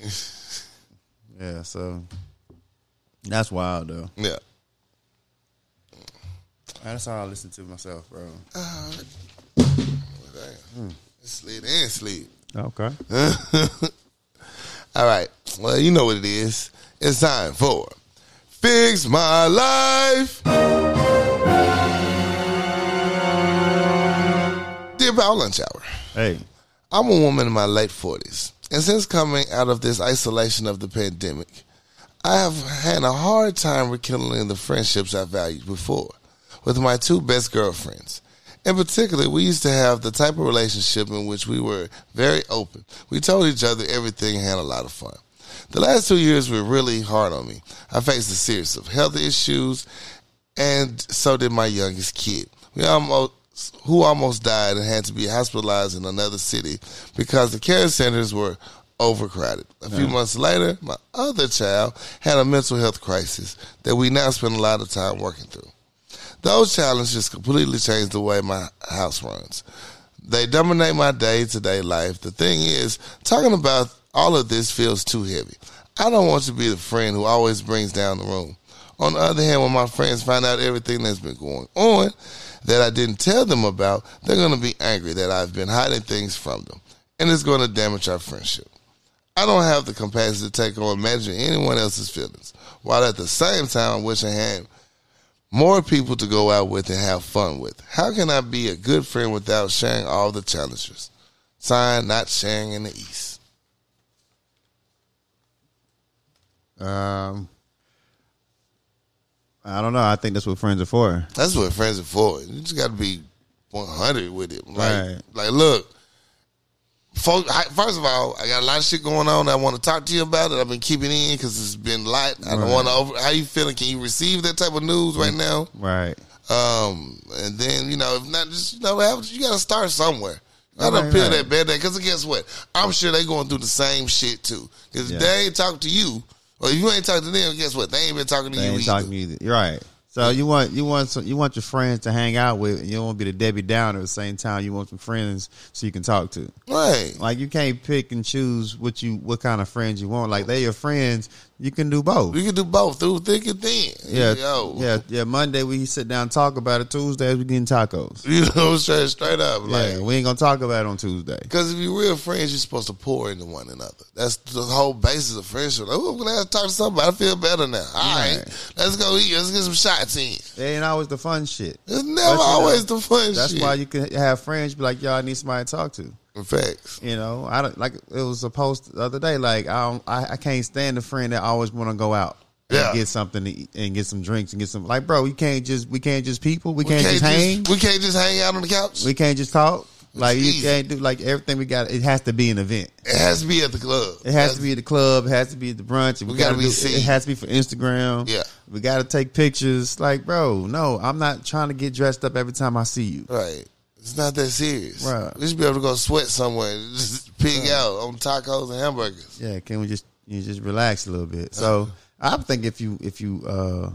[SPEAKER 1] Yeah, so that's wild though.
[SPEAKER 2] yeah.
[SPEAKER 1] That's all I listen to myself, bro.
[SPEAKER 2] Damn. Slid and slid.
[SPEAKER 1] Okay.
[SPEAKER 2] All right. Well, you know what it is. It's time for Fix My Life. Dear Bow Lunch Hour,
[SPEAKER 1] Hey,
[SPEAKER 2] I'm a woman in my late 40s. And since coming out of this isolation of the pandemic, I have had a hard time rekindling the friendships I valued before with my two best girlfriends. In particular, we used to have the type of relationship in which we were very open. We told each other everything and had a lot of fun. The last two years were really hard on me. I faced a series of health issues, and so did my youngest kid. We almost who almost died and had to be hospitalized in another city because the care centers were overcrowded. A few months later, my other child had a mental health crisis that we now spend a lot of time working through. Those challenges completely changed the way my house runs. They dominate my day to day life. The thing is, talking about all of this feels too heavy. I don't want to be the friend who always brings down the room. On the other hand, when my friends find out everything that's been going on that I didn't tell them about, they're going to be angry that I've been hiding things from them, and it's going to damage our friendship. I don't have the capacity to take on managing anyone else's feelings, while at the same time, I wish I had more people to go out with and have fun with. How can I be a good friend without sharing all the challenges? Sign not sharing in the East.
[SPEAKER 1] um, I don't know. I think that's what friends are for.
[SPEAKER 2] That's what friends are for. You just got to be 100 with it. Like,
[SPEAKER 1] Right.
[SPEAKER 2] like look, folk, I, first of all, I got a lot of shit going on. I want to talk to you about it. I've been keeping in because it's been a lot. I don't
[SPEAKER 1] Right. Mm.
[SPEAKER 2] want to over. How you feeling? Can you receive that type of news right now?
[SPEAKER 1] Right.
[SPEAKER 2] Um, and then you know, if not, just you know, have, you got to start somewhere. I don't
[SPEAKER 1] Right,
[SPEAKER 2] peel
[SPEAKER 1] right.
[SPEAKER 2] that bad because guess what? I'm sure they going through the same shit too. Because
[SPEAKER 1] Yeah.
[SPEAKER 2] they ain't talk to you, or if you ain't talking to them, guess what? They ain't been talking to
[SPEAKER 1] They
[SPEAKER 2] you
[SPEAKER 1] ain't
[SPEAKER 2] either.
[SPEAKER 1] talking either. You're right. So you want you want some, you want your friends to hang out with, and you don't want to be the Debbie Downer at the same time. You want some friends so you can talk to.
[SPEAKER 2] Right?
[SPEAKER 1] Like you can't pick and choose what you what kind of friends you want. Like they your friends. You can do both.
[SPEAKER 2] We can do both through thick and thin.
[SPEAKER 1] Yeah,
[SPEAKER 2] Yo.
[SPEAKER 1] yeah, yeah. Monday we sit down and talk about it. Tuesdays we getting tacos.
[SPEAKER 2] You know, straight straight up, like
[SPEAKER 1] Yeah, we ain't gonna talk about it on Tuesday.
[SPEAKER 2] Because if you're real friends, you're supposed to pour into one another. That's the whole basis of friendship. Like, oh, I'm glad I talked to somebody. I feel better now. All right.
[SPEAKER 1] Right.
[SPEAKER 2] let's go eat. Let's get some shots in.
[SPEAKER 1] It ain't always the fun shit.
[SPEAKER 2] It's never
[SPEAKER 1] know,
[SPEAKER 2] always the fun
[SPEAKER 1] That's
[SPEAKER 2] shit.
[SPEAKER 1] why you can have friends be like, "Yo, I need somebody to talk to."
[SPEAKER 2] Facts.
[SPEAKER 1] You know, I don't like it was a post the other day. Like, I don't, I, I can't stand a friend that always want to go out. and
[SPEAKER 2] Yeah.
[SPEAKER 1] get something to eat and get some drinks and get some like, bro. We can't just we can't just people. We can't, just hang.
[SPEAKER 2] we can't just hang out on the couch.
[SPEAKER 1] we can't just talk. Like you
[SPEAKER 2] easy.
[SPEAKER 1] can't do like everything. We got it has to be an event.
[SPEAKER 2] it has to be at the club.
[SPEAKER 1] It has to be at the club. It has to be at the brunch. We,
[SPEAKER 2] gotta
[SPEAKER 1] gotta,
[SPEAKER 2] be
[SPEAKER 1] do,
[SPEAKER 2] seen.
[SPEAKER 1] It has to be for Instagram.
[SPEAKER 2] Yeah.
[SPEAKER 1] we gotta take pictures. Like, bro, no, I'm not trying to get dressed up every time I see you.
[SPEAKER 2] right. It's not that serious.
[SPEAKER 1] Right.
[SPEAKER 2] We should be able to go sweat somewhere, and just pig out on tacos and hamburgers.
[SPEAKER 1] Yeah, can we just you just relax a little bit? So I think if you if you uh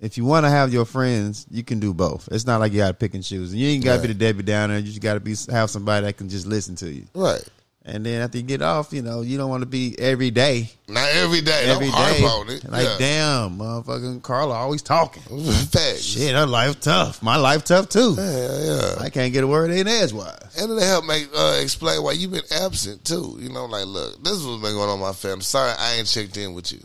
[SPEAKER 1] if you want to have your friends, you can do both. It's not like you got to pick and choose. You ain't got to be
[SPEAKER 2] Right.
[SPEAKER 1] the Debbie Downer. You just got to be have somebody that can just listen to you.
[SPEAKER 2] Right.
[SPEAKER 1] And then after you get off, you know you don't want to be every day.
[SPEAKER 2] Not every day.
[SPEAKER 1] Every
[SPEAKER 2] Don't harp
[SPEAKER 1] day,
[SPEAKER 2] on it.
[SPEAKER 1] like
[SPEAKER 2] yeah.
[SPEAKER 1] damn, motherfucking Carla always talking.
[SPEAKER 2] Facts.
[SPEAKER 1] Shit, her life tough. My life tough too.
[SPEAKER 2] Yeah, yeah.
[SPEAKER 1] I can't get a word in edgewise.
[SPEAKER 2] And it'll help make uh, explain why you've been absent too. You know, like, look, this is what's been going on in my family. Sorry, I ain't checked in with you.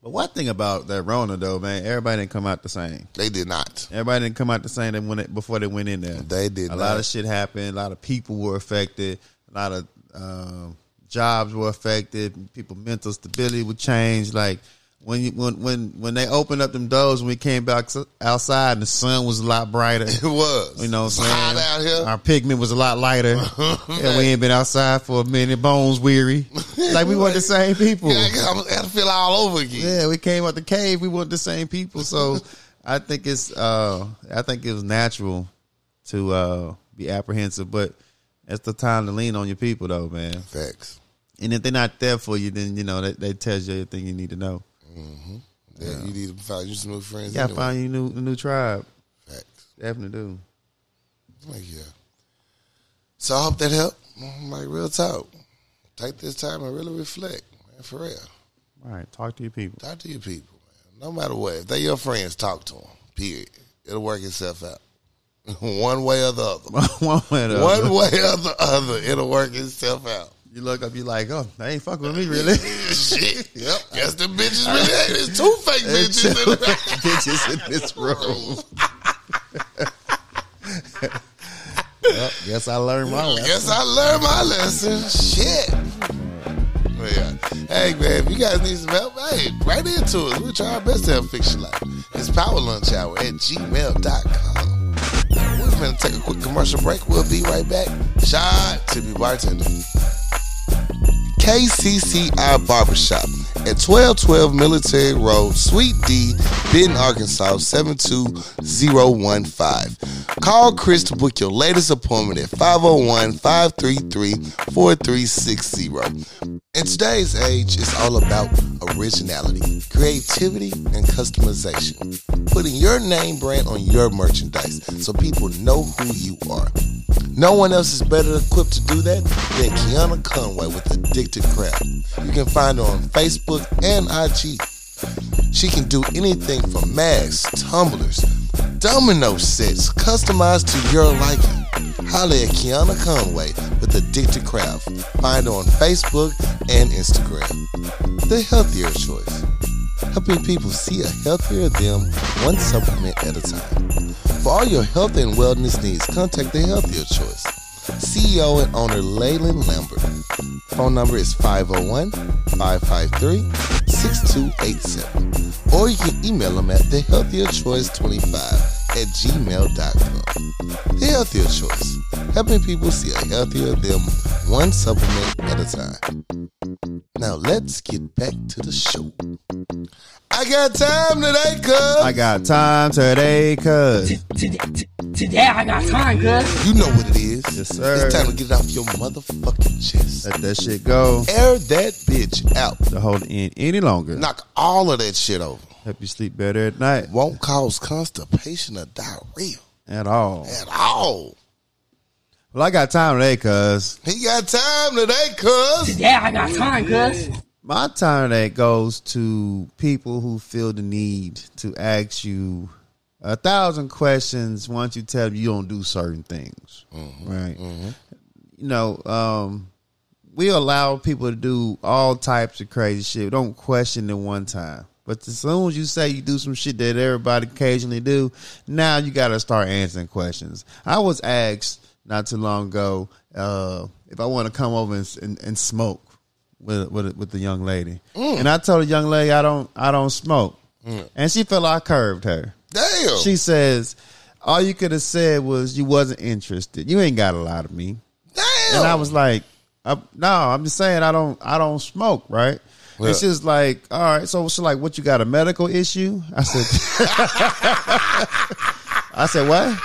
[SPEAKER 1] But one thing about that Rona though, man, everybody didn't come out the same.
[SPEAKER 2] They did not.
[SPEAKER 1] Everybody didn't come out the same that when it, before they went in there.
[SPEAKER 2] They did
[SPEAKER 1] a
[SPEAKER 2] not.
[SPEAKER 1] lot of shit happened. A lot of people were affected. A lot of um, jobs were affected. People' mental stability would change. Like when you, when when when they opened up them doors, when we came back s- outside, and the sun was a lot brighter.
[SPEAKER 2] It was.
[SPEAKER 1] You know what
[SPEAKER 2] it's
[SPEAKER 1] I'm saying? Uh,
[SPEAKER 2] hot out here.
[SPEAKER 1] Our pigment was a lot lighter. and we ain't been outside for a minute. Bones weary. Like we weren't the same people.
[SPEAKER 2] Yeah, I got- I got to feel all over again.
[SPEAKER 1] Yeah, we came out the cave. We weren't the same people. So I think it's uh I think it was natural to uh be apprehensive, but it's the time to lean on your people though, man.
[SPEAKER 2] Facts.
[SPEAKER 1] And if they're not there for you, then you know they, they tells you everything you need to know.
[SPEAKER 2] Yeah, you need to find you some new friends.
[SPEAKER 1] You gotta
[SPEAKER 2] anyway.
[SPEAKER 1] find you new a new tribe.
[SPEAKER 2] Facts.
[SPEAKER 1] Definitely do.
[SPEAKER 2] Like, yeah. So I hope that helped. Like real talk. Take this time and really reflect, man, for real.
[SPEAKER 1] All right, talk to your people.
[SPEAKER 2] Talk to your people, man. No matter what. If they your friends, talk to them. Period. It'll work itself out. One way or the other.
[SPEAKER 1] One way or the other.
[SPEAKER 2] One way or the other. It'll work itself out.
[SPEAKER 1] You look up, you like, oh, they ain't fucking with me really.
[SPEAKER 2] Shit. Yep. Guess the bitches really ain't. There's two fake bitches in the
[SPEAKER 1] bitches in this room. Well, guess I learned my
[SPEAKER 2] I
[SPEAKER 1] lesson.
[SPEAKER 2] guess I learned my lesson. Shit. But yeah. Hey man, if you guys need some help, hey, right into us. We'll try our best to help fix your life. It's power lunch hour at gmail.com. We're gonna take a quick commercial break. We'll be right back. Shot to be bartender. KCCI Barbershop at 1212 Military Road, Suite D, Benton, Arkansas, 72015. Call Chris to book your latest appointment at 501 533 4360. In today's age, it's all about originality, creativity, and customization. Putting your name brand on your merchandise so people know who you are. No one else is better equipped to do that than Kiana Conway with Addicted Craft. You can find her on Facebook and IG. She can do anything from masks, tumblers, domino sets, customized to your liking. Holla at Kiana Conway with Addicted Craft. Find her on Facebook and Instagram. The healthier choice helping people see a healthier them one supplement at a time. For all your health and wellness needs, contact the Healthier Choice. CEO and owner Leyland Lambert. Phone number is 501 553 6287. Or you can email them at thehealthierchoice25 at gmail.com. The Healthier Choice, helping people see a healthier them one supplement at a time. Now let's get back to the show. I got time today,
[SPEAKER 1] I
[SPEAKER 2] cuz.
[SPEAKER 1] got time today, cuz.
[SPEAKER 3] Today, today I got time, cuz.
[SPEAKER 2] You know what it is.
[SPEAKER 1] Yes, sir.
[SPEAKER 2] It's time to get it off your motherfucking chest.
[SPEAKER 1] Let that shit go.
[SPEAKER 2] Air that bitch out.
[SPEAKER 1] To hold it in any longer.
[SPEAKER 2] Knock all of that shit over.
[SPEAKER 1] Help you sleep better at night.
[SPEAKER 2] Won't cause constipation or diarrhea
[SPEAKER 1] At all.
[SPEAKER 2] at all.
[SPEAKER 1] Well, I got time today, cuz.
[SPEAKER 2] He got time today, cuz.
[SPEAKER 3] Today I got time, cuz.
[SPEAKER 1] My time today goes to people who feel the need to ask you a thousand questions once you tell them you don't do certain things.
[SPEAKER 2] Mm-hmm.
[SPEAKER 1] Right. You know, um, we allow people to do all types of crazy shit. Don't question it one time. But as soon as you say you do some shit that everybody occasionally do, now you got to start answering questions. I was asked not too long ago uh, if I want to come over and, and, and smoke with with with the young lady, and I told the young lady I don't I don't smoke, and she felt I curved her.
[SPEAKER 2] Damn.
[SPEAKER 1] She says all you could have said was you wasn't interested. You ain't got a lot of me.
[SPEAKER 2] Damn.
[SPEAKER 1] And I was like, I, no, I'm just saying I don't I don't smoke, right?
[SPEAKER 2] Yeah.
[SPEAKER 1] And she's like, all right. So she's like, what you got a medical issue? I said, I said what?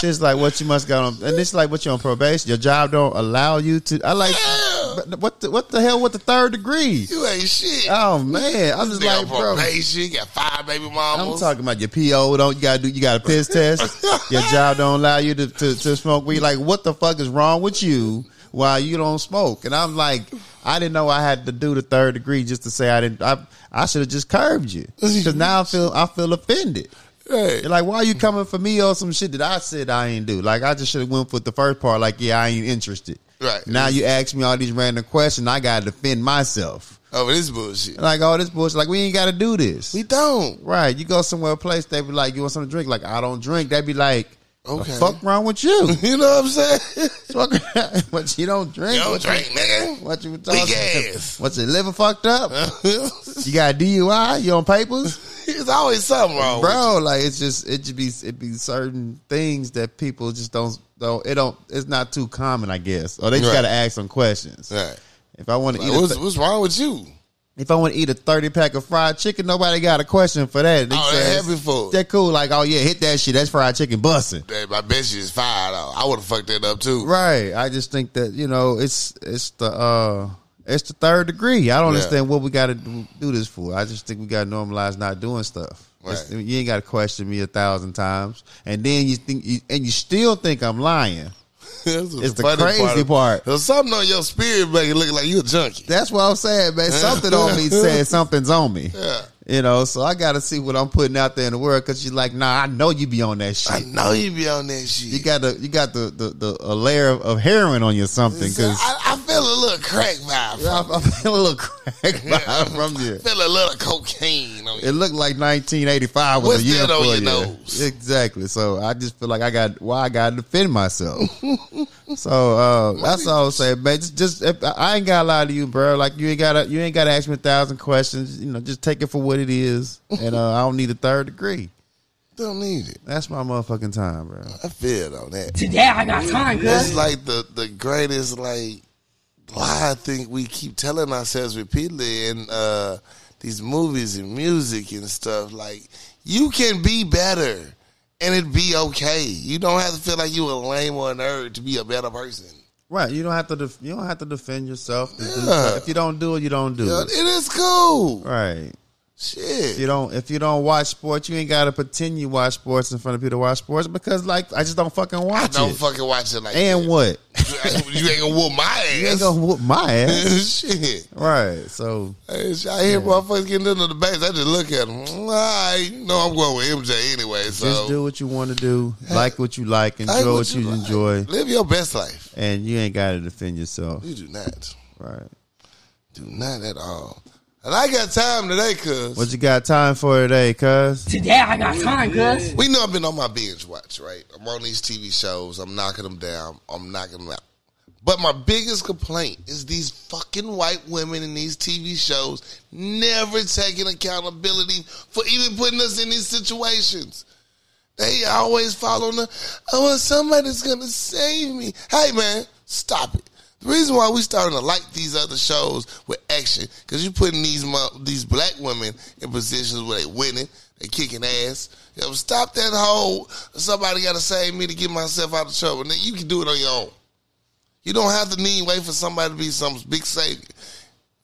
[SPEAKER 1] She's like, what you must got on, and it's like, what you on probation? Your job don't allow you to. I like,
[SPEAKER 2] Yeah.
[SPEAKER 1] but what the, what the hell with the third degree?
[SPEAKER 2] you ain't shit.
[SPEAKER 1] Oh man, I'm
[SPEAKER 2] This
[SPEAKER 1] just
[SPEAKER 2] nigga
[SPEAKER 1] like,
[SPEAKER 2] on
[SPEAKER 1] bro.
[SPEAKER 2] probation, got five baby
[SPEAKER 1] I'm
[SPEAKER 2] mamas.
[SPEAKER 1] talking about your PO. Don't you gotta do? You got a piss test. your job don't allow you to, to, to smoke weed. Like, what the fuck is wrong with you? Why you don't smoke? And I'm like, I didn't know I had to do the third degree just to say I didn't. I I should have just curved you because now I feel I feel offended.
[SPEAKER 2] Hey.
[SPEAKER 1] You're like, why you coming for me or some shit that I said I ain't do? Like, I just should have went with the first part. Like, yeah, I ain't interested.
[SPEAKER 2] Right.
[SPEAKER 1] now, you ask me all these random questions. I gotta defend myself.
[SPEAKER 2] Oh, this bullshit.
[SPEAKER 1] Like, all this bullshit. Like, we ain't gotta do this.
[SPEAKER 2] We don't.
[SPEAKER 1] Right. You go somewhere a place, they be like, You want something to drink? Like, I don't drink. They be like,
[SPEAKER 2] Okay.
[SPEAKER 1] Okay. fuck wrong with you?
[SPEAKER 2] You know what I'm saying?
[SPEAKER 1] Fuck- but you don't drink.
[SPEAKER 2] Yo,
[SPEAKER 1] what,
[SPEAKER 2] drink, nigga.
[SPEAKER 1] what you talking
[SPEAKER 2] Big ass.
[SPEAKER 1] What's your liver fucked up? You got DUI? You on papers?
[SPEAKER 2] There's always something wrong. with
[SPEAKER 1] Bro, like it's just it should be it be certain things that people just don't don't it don't it's not too common, I guess. Or they just
[SPEAKER 2] Right.
[SPEAKER 1] gotta ask some questions.
[SPEAKER 2] you. Right.
[SPEAKER 1] If I want to
[SPEAKER 2] Like,
[SPEAKER 1] eat, a
[SPEAKER 2] what's,
[SPEAKER 1] th-
[SPEAKER 2] what's wrong with you?
[SPEAKER 1] if I want to eat a thirty pack of fried chicken, nobody got a question for that. They
[SPEAKER 2] Oh, they're
[SPEAKER 1] says,
[SPEAKER 2] happy for it.
[SPEAKER 1] They're cool. Like, oh yeah, hit that shit. That's fried chicken bussin'.
[SPEAKER 2] Hey, my bitch is fired. though. I would have fucked that up too.
[SPEAKER 1] Right. I just think that you know it's it's the uh It's the third degree. I don't
[SPEAKER 2] Yeah.
[SPEAKER 1] understand what we got to do do this for. I just think we got to normalize not doing stuff. It's-
[SPEAKER 2] Right.
[SPEAKER 1] You ain't got to question me a thousand times, and then you think, you, and you still think I'm lying.
[SPEAKER 2] That's
[SPEAKER 1] It's the crazy part.
[SPEAKER 2] There's something on your spirit make it look like you a junkie.
[SPEAKER 1] That's what I'm saying, man. Something on me says something's on me.
[SPEAKER 2] Yeah.
[SPEAKER 1] You know, so I got to see what I'm putting out there in the world because you're like, nah, I know you be on that
[SPEAKER 2] I
[SPEAKER 1] shit.
[SPEAKER 2] know you be on that shit.
[SPEAKER 1] You got the you got the the, the a layer of, of heroin on you or something
[SPEAKER 2] So
[SPEAKER 1] because I,
[SPEAKER 2] I, I feel a little crack vibe. from
[SPEAKER 1] I feel a little crack vibe from you.
[SPEAKER 2] Feel a little cocaine on you.
[SPEAKER 1] It looked like 1985 was
[SPEAKER 2] What's
[SPEAKER 1] a year
[SPEAKER 2] that on
[SPEAKER 1] for
[SPEAKER 2] your
[SPEAKER 1] you.
[SPEAKER 2] nose?
[SPEAKER 1] Exactly. So I just feel like I got why I got to defend myself. so uh, that's all I'm saying, man. Just, just if, I ain't got to lie to you, bro. Like you ain't got to you ain't got to ask me a thousand questions. You know, just take it for what it is, and uh, I don't need a third degree.
[SPEAKER 2] Don't need it.
[SPEAKER 1] That's my motherfucking time, bro.
[SPEAKER 2] I feel on that.
[SPEAKER 3] Today I got time,
[SPEAKER 2] It's
[SPEAKER 3] cuz.
[SPEAKER 2] like the the greatest like lie I think we keep telling ourselves repeatedly in uh, these movies and music and stuff. Like you can be better and it be okay. You don't have to feel like you a lame or a nerd to be a better person.
[SPEAKER 1] Right? You don't have to def- you don't have to defend yourself. If you-
[SPEAKER 2] Yeah.
[SPEAKER 1] If you don't do it, you don't do
[SPEAKER 2] It
[SPEAKER 1] it.
[SPEAKER 2] is cool.
[SPEAKER 1] Right.
[SPEAKER 2] Shit.
[SPEAKER 1] If you don't if you don't watch sports, you ain't gotta pretend you watch sports in front of people to watch sports because like I just don't fucking watch
[SPEAKER 2] I don't
[SPEAKER 1] it.
[SPEAKER 2] fucking watch it like
[SPEAKER 1] and what?
[SPEAKER 2] that. you ain't gonna whoop my ass.
[SPEAKER 1] You ain't gonna whoop my ass.
[SPEAKER 2] Shit.
[SPEAKER 1] right. So
[SPEAKER 2] Hey, sh- I hear motherfuckers getting into the base. I just look at them. Mm, All right, you know I'm going with MJ anyway. So
[SPEAKER 1] just do what you wanna do. Like what you like,
[SPEAKER 2] Hey,
[SPEAKER 1] enjoy what you
[SPEAKER 2] like?
[SPEAKER 1] enjoy.
[SPEAKER 2] Live your best life.
[SPEAKER 1] And you ain't gotta defend yourself.
[SPEAKER 2] You do not.
[SPEAKER 1] Right.
[SPEAKER 2] Do not at all. And I got time today, cuz.
[SPEAKER 1] What you got time for today, cuz?
[SPEAKER 3] Today I got time, cuz.
[SPEAKER 2] We know I've been on my binge watch, right? I'm on these TV shows. I'm knocking them down. I'm knocking them out. But my biggest complaint is these fucking white women in these TV shows never taking accountability for even putting us in these situations. They always follow the, oh, well, somebody's going to save me. Hey, man, stop it. The reason why we starting to like these other shows with action, because you're putting these mo- these black women in positions where they winning, they kicking ass. You know, stop that whole, somebody got to save me to get myself out of trouble. Now, you can do it on your own. You don't have to need wait for somebody to be some big savior.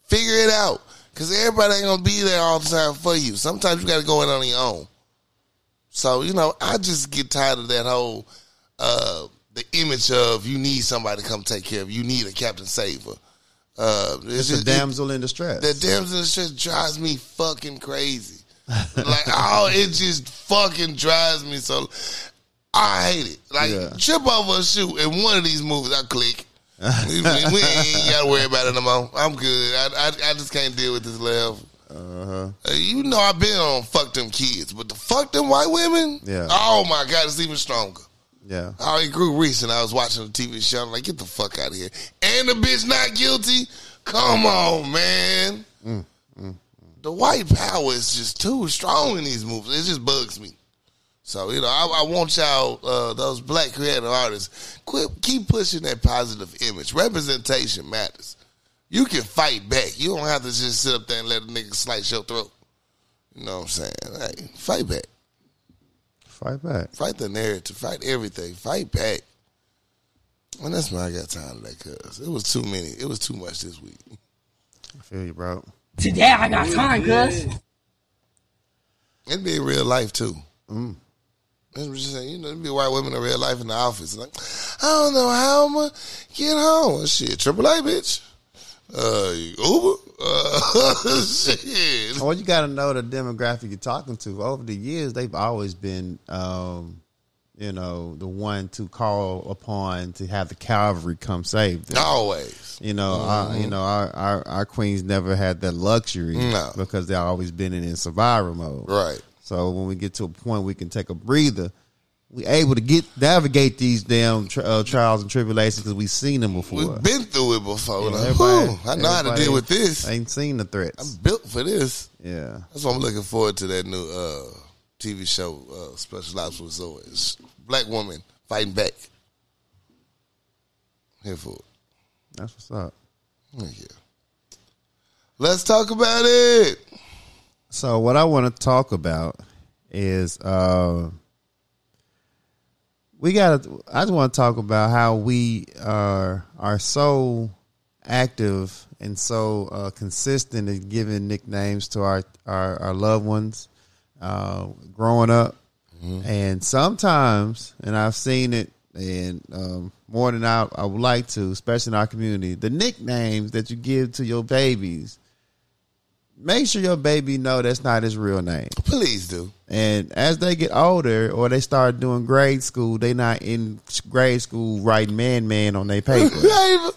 [SPEAKER 2] Figure it out, because everybody ain't going to be there all the time for you. Sometimes you got to go in on your own. So you know, I just get tired of that whole uh, the image of you need somebody to come take care of you. You need a captain saver. Uh,
[SPEAKER 1] It's a damsel in distress.
[SPEAKER 2] that damsel in distress drives me fucking crazy. like, oh, it just fucking drives me so. I hate it. Like,
[SPEAKER 1] Yeah.
[SPEAKER 2] trip over a shoe in one of these movies, I click. we, we ain't got to worry about it no more. I'm good. I, I, I just can't deal with this level.
[SPEAKER 1] Uh-huh.
[SPEAKER 2] Uh, You know I've been on fuck them kids, but the fuck them white women.
[SPEAKER 1] Yeah.
[SPEAKER 2] Oh my god, it's even stronger.
[SPEAKER 1] Yeah.
[SPEAKER 2] I it grew recent. I was watching the TV show. I'm like, get the fuck out of here. And the bitch not guilty. Come on, man. The white power is just too strong in these movies. It just bugs me. So you know, I, I want y'all, uh, those black creative artists, quit keep pushing that positive image. Representation matters. You can fight back. You don't have to just sit up there and let a nigga slice your throat. You know what I'm saying? Hey, fight back.
[SPEAKER 1] Fight back.
[SPEAKER 2] Fight the narrative. Fight everything. Fight back. And that's why I got time today, cuz. It was too many. It was too much this week.
[SPEAKER 1] I feel you, bro.
[SPEAKER 3] Today I got time, cuz.
[SPEAKER 2] It'd be real life, too.
[SPEAKER 1] Mm.
[SPEAKER 2] That's what you saying. You know, it'd be white women in real life in the office. Like, I don't know how I'm going to get home. Shit, triple A, bitch. Uh, Uber? Uh, shit.
[SPEAKER 1] Well, you got to know the demographic you're talking to. Over the years, they've always been, um, you know, the one to call upon to have the cavalry come save them.
[SPEAKER 2] Always.
[SPEAKER 1] You know, our,
[SPEAKER 2] Mm-hmm.
[SPEAKER 1] you know, our, our our queens never had that luxury
[SPEAKER 2] No.
[SPEAKER 1] because they always been in, in survival mode.
[SPEAKER 2] Right.
[SPEAKER 1] So when we get to a point we can take a breather, we able to get navigate these damn tri- uh, trials and tribulations because we've seen them before.
[SPEAKER 2] We've been through it before.
[SPEAKER 1] You know,
[SPEAKER 2] Like,
[SPEAKER 1] everybody-
[SPEAKER 2] whew, I know how to
[SPEAKER 1] everybody
[SPEAKER 2] deal with this.
[SPEAKER 1] ain't seen the threats.
[SPEAKER 2] Built for this.
[SPEAKER 1] yeah.
[SPEAKER 2] That's why I'm looking forward to that new uh, TV show, uh, Special Ops with Zoe. It's black woman fighting back. Here for it.
[SPEAKER 1] That's what's up.
[SPEAKER 2] Thank you. Let's talk about it.
[SPEAKER 1] So what I want to talk about is uh we got to I just want to talk about how we are are so active and so uh, consistent in giving nicknames to our our, our loved ones uh, growing up, and sometimes, and I've seen it, and um, more than I, I would like to, especially in our community, the nicknames that you give to your babies. Make sure your baby know that's not his real name.
[SPEAKER 2] Please do.
[SPEAKER 1] And as they get older or they start doing grade school, they not in grade school writing man man on their paper.
[SPEAKER 2] right,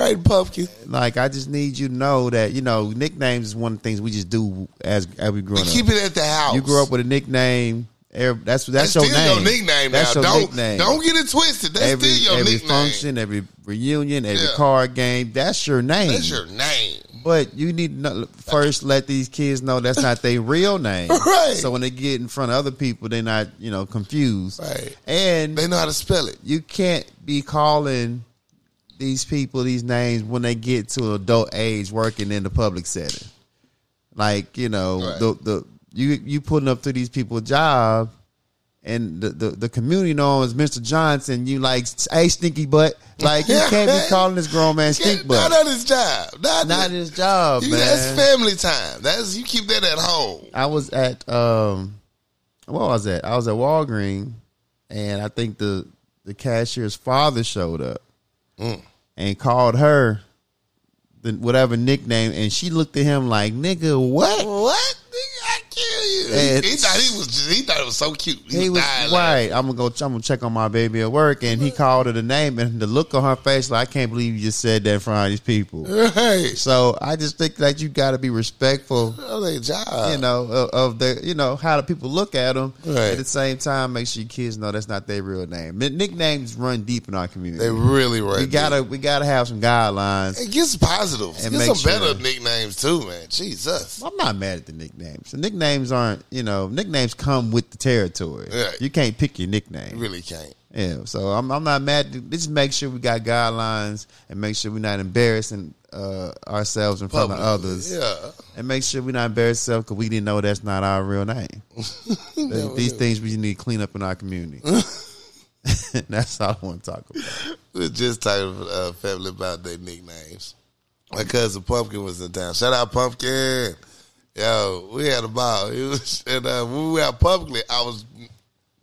[SPEAKER 2] right, pumpkin.
[SPEAKER 1] like I just need you to know that, you know, nicknames is one of the things we just do as as we grow
[SPEAKER 2] We
[SPEAKER 1] up.
[SPEAKER 2] keep it at the house.
[SPEAKER 1] you grew up with a nickname. Every, that's that's
[SPEAKER 2] That's
[SPEAKER 1] your
[SPEAKER 2] still
[SPEAKER 1] name.
[SPEAKER 2] your nickname
[SPEAKER 1] That's
[SPEAKER 2] now.
[SPEAKER 1] your
[SPEAKER 2] don't,
[SPEAKER 1] nickname.
[SPEAKER 2] Don't get it twisted. That's
[SPEAKER 1] every
[SPEAKER 2] still your
[SPEAKER 1] every
[SPEAKER 2] nickname.
[SPEAKER 1] function, every reunion, every
[SPEAKER 2] Yeah.
[SPEAKER 1] card game. That's your name.
[SPEAKER 2] That's your name.
[SPEAKER 1] But you need to know- first let these kids know that's not their real name.
[SPEAKER 2] Right.
[SPEAKER 1] So when they get in front of other people, they're not you know confused.
[SPEAKER 2] Right.
[SPEAKER 1] And
[SPEAKER 2] They know how to spell it.
[SPEAKER 1] you can't be calling these people these names when they get to adult age working in the public setting. Like, you know,
[SPEAKER 2] Right.
[SPEAKER 1] the the you you putting up to these people a job and the, the, the community know him as Mr. Johnson, you like hey stinky butt. Like you can't be calling this grown man
[SPEAKER 2] Yeah,
[SPEAKER 1] stink
[SPEAKER 2] not
[SPEAKER 1] butt.
[SPEAKER 2] at his job. Not,
[SPEAKER 1] Not his job,
[SPEAKER 2] you,
[SPEAKER 1] man.
[SPEAKER 2] That's family time. That's you keep that at home.
[SPEAKER 1] I was at um, what was that? I was at Walgreens, and I think the the cashier's father showed up and called her the whatever nickname, and she looked at him like nigga, what?
[SPEAKER 2] What? Nigga, I kill you.
[SPEAKER 1] And-
[SPEAKER 2] he thought he was. Just, he thought it was so cute. He,
[SPEAKER 1] He was
[SPEAKER 2] dying.
[SPEAKER 1] right. I'm gonna go. I'm gonna check on my baby at work, and he called her the name, and the look on her face, like I can't believe you just said that in front of these people.
[SPEAKER 2] Right.
[SPEAKER 1] So I just think that you got to be respectful
[SPEAKER 2] Oh, they job.
[SPEAKER 1] you know, of, of the you know how the people look at them.
[SPEAKER 2] Right.
[SPEAKER 1] At the same time, make sure your kids know that's not their real name. Nick- Nicknames run deep in our community.
[SPEAKER 2] they really right.
[SPEAKER 1] we gotta we gotta have some guidelines.
[SPEAKER 2] It gets positive.
[SPEAKER 1] And
[SPEAKER 2] Get
[SPEAKER 1] make
[SPEAKER 2] some better
[SPEAKER 1] sure-
[SPEAKER 2] nicknames too, man. Jesus.
[SPEAKER 1] I'm not mad at the nicknames. The nicknames aren't you know nicknames come with the territory.
[SPEAKER 2] Right.
[SPEAKER 1] You can't pick your nickname.
[SPEAKER 2] You really can't.
[SPEAKER 1] Yeah, so I'm I'm not mad. Just make sure we got guidelines and make sure we're not embarrassing uh, ourselves in front of others.
[SPEAKER 2] Yeah.
[SPEAKER 1] and make sure we're not embarrassed ourselves because we didn't know that's not our real name. There's these things we need to clean up in our community. that's all I want to talk about.
[SPEAKER 2] We were just talking to uh, family about their nicknames. My cousin Pumpkin was in town. Shout out Pumpkin. Yo, we had a ball. It was, and uh, when we were out publicly, I was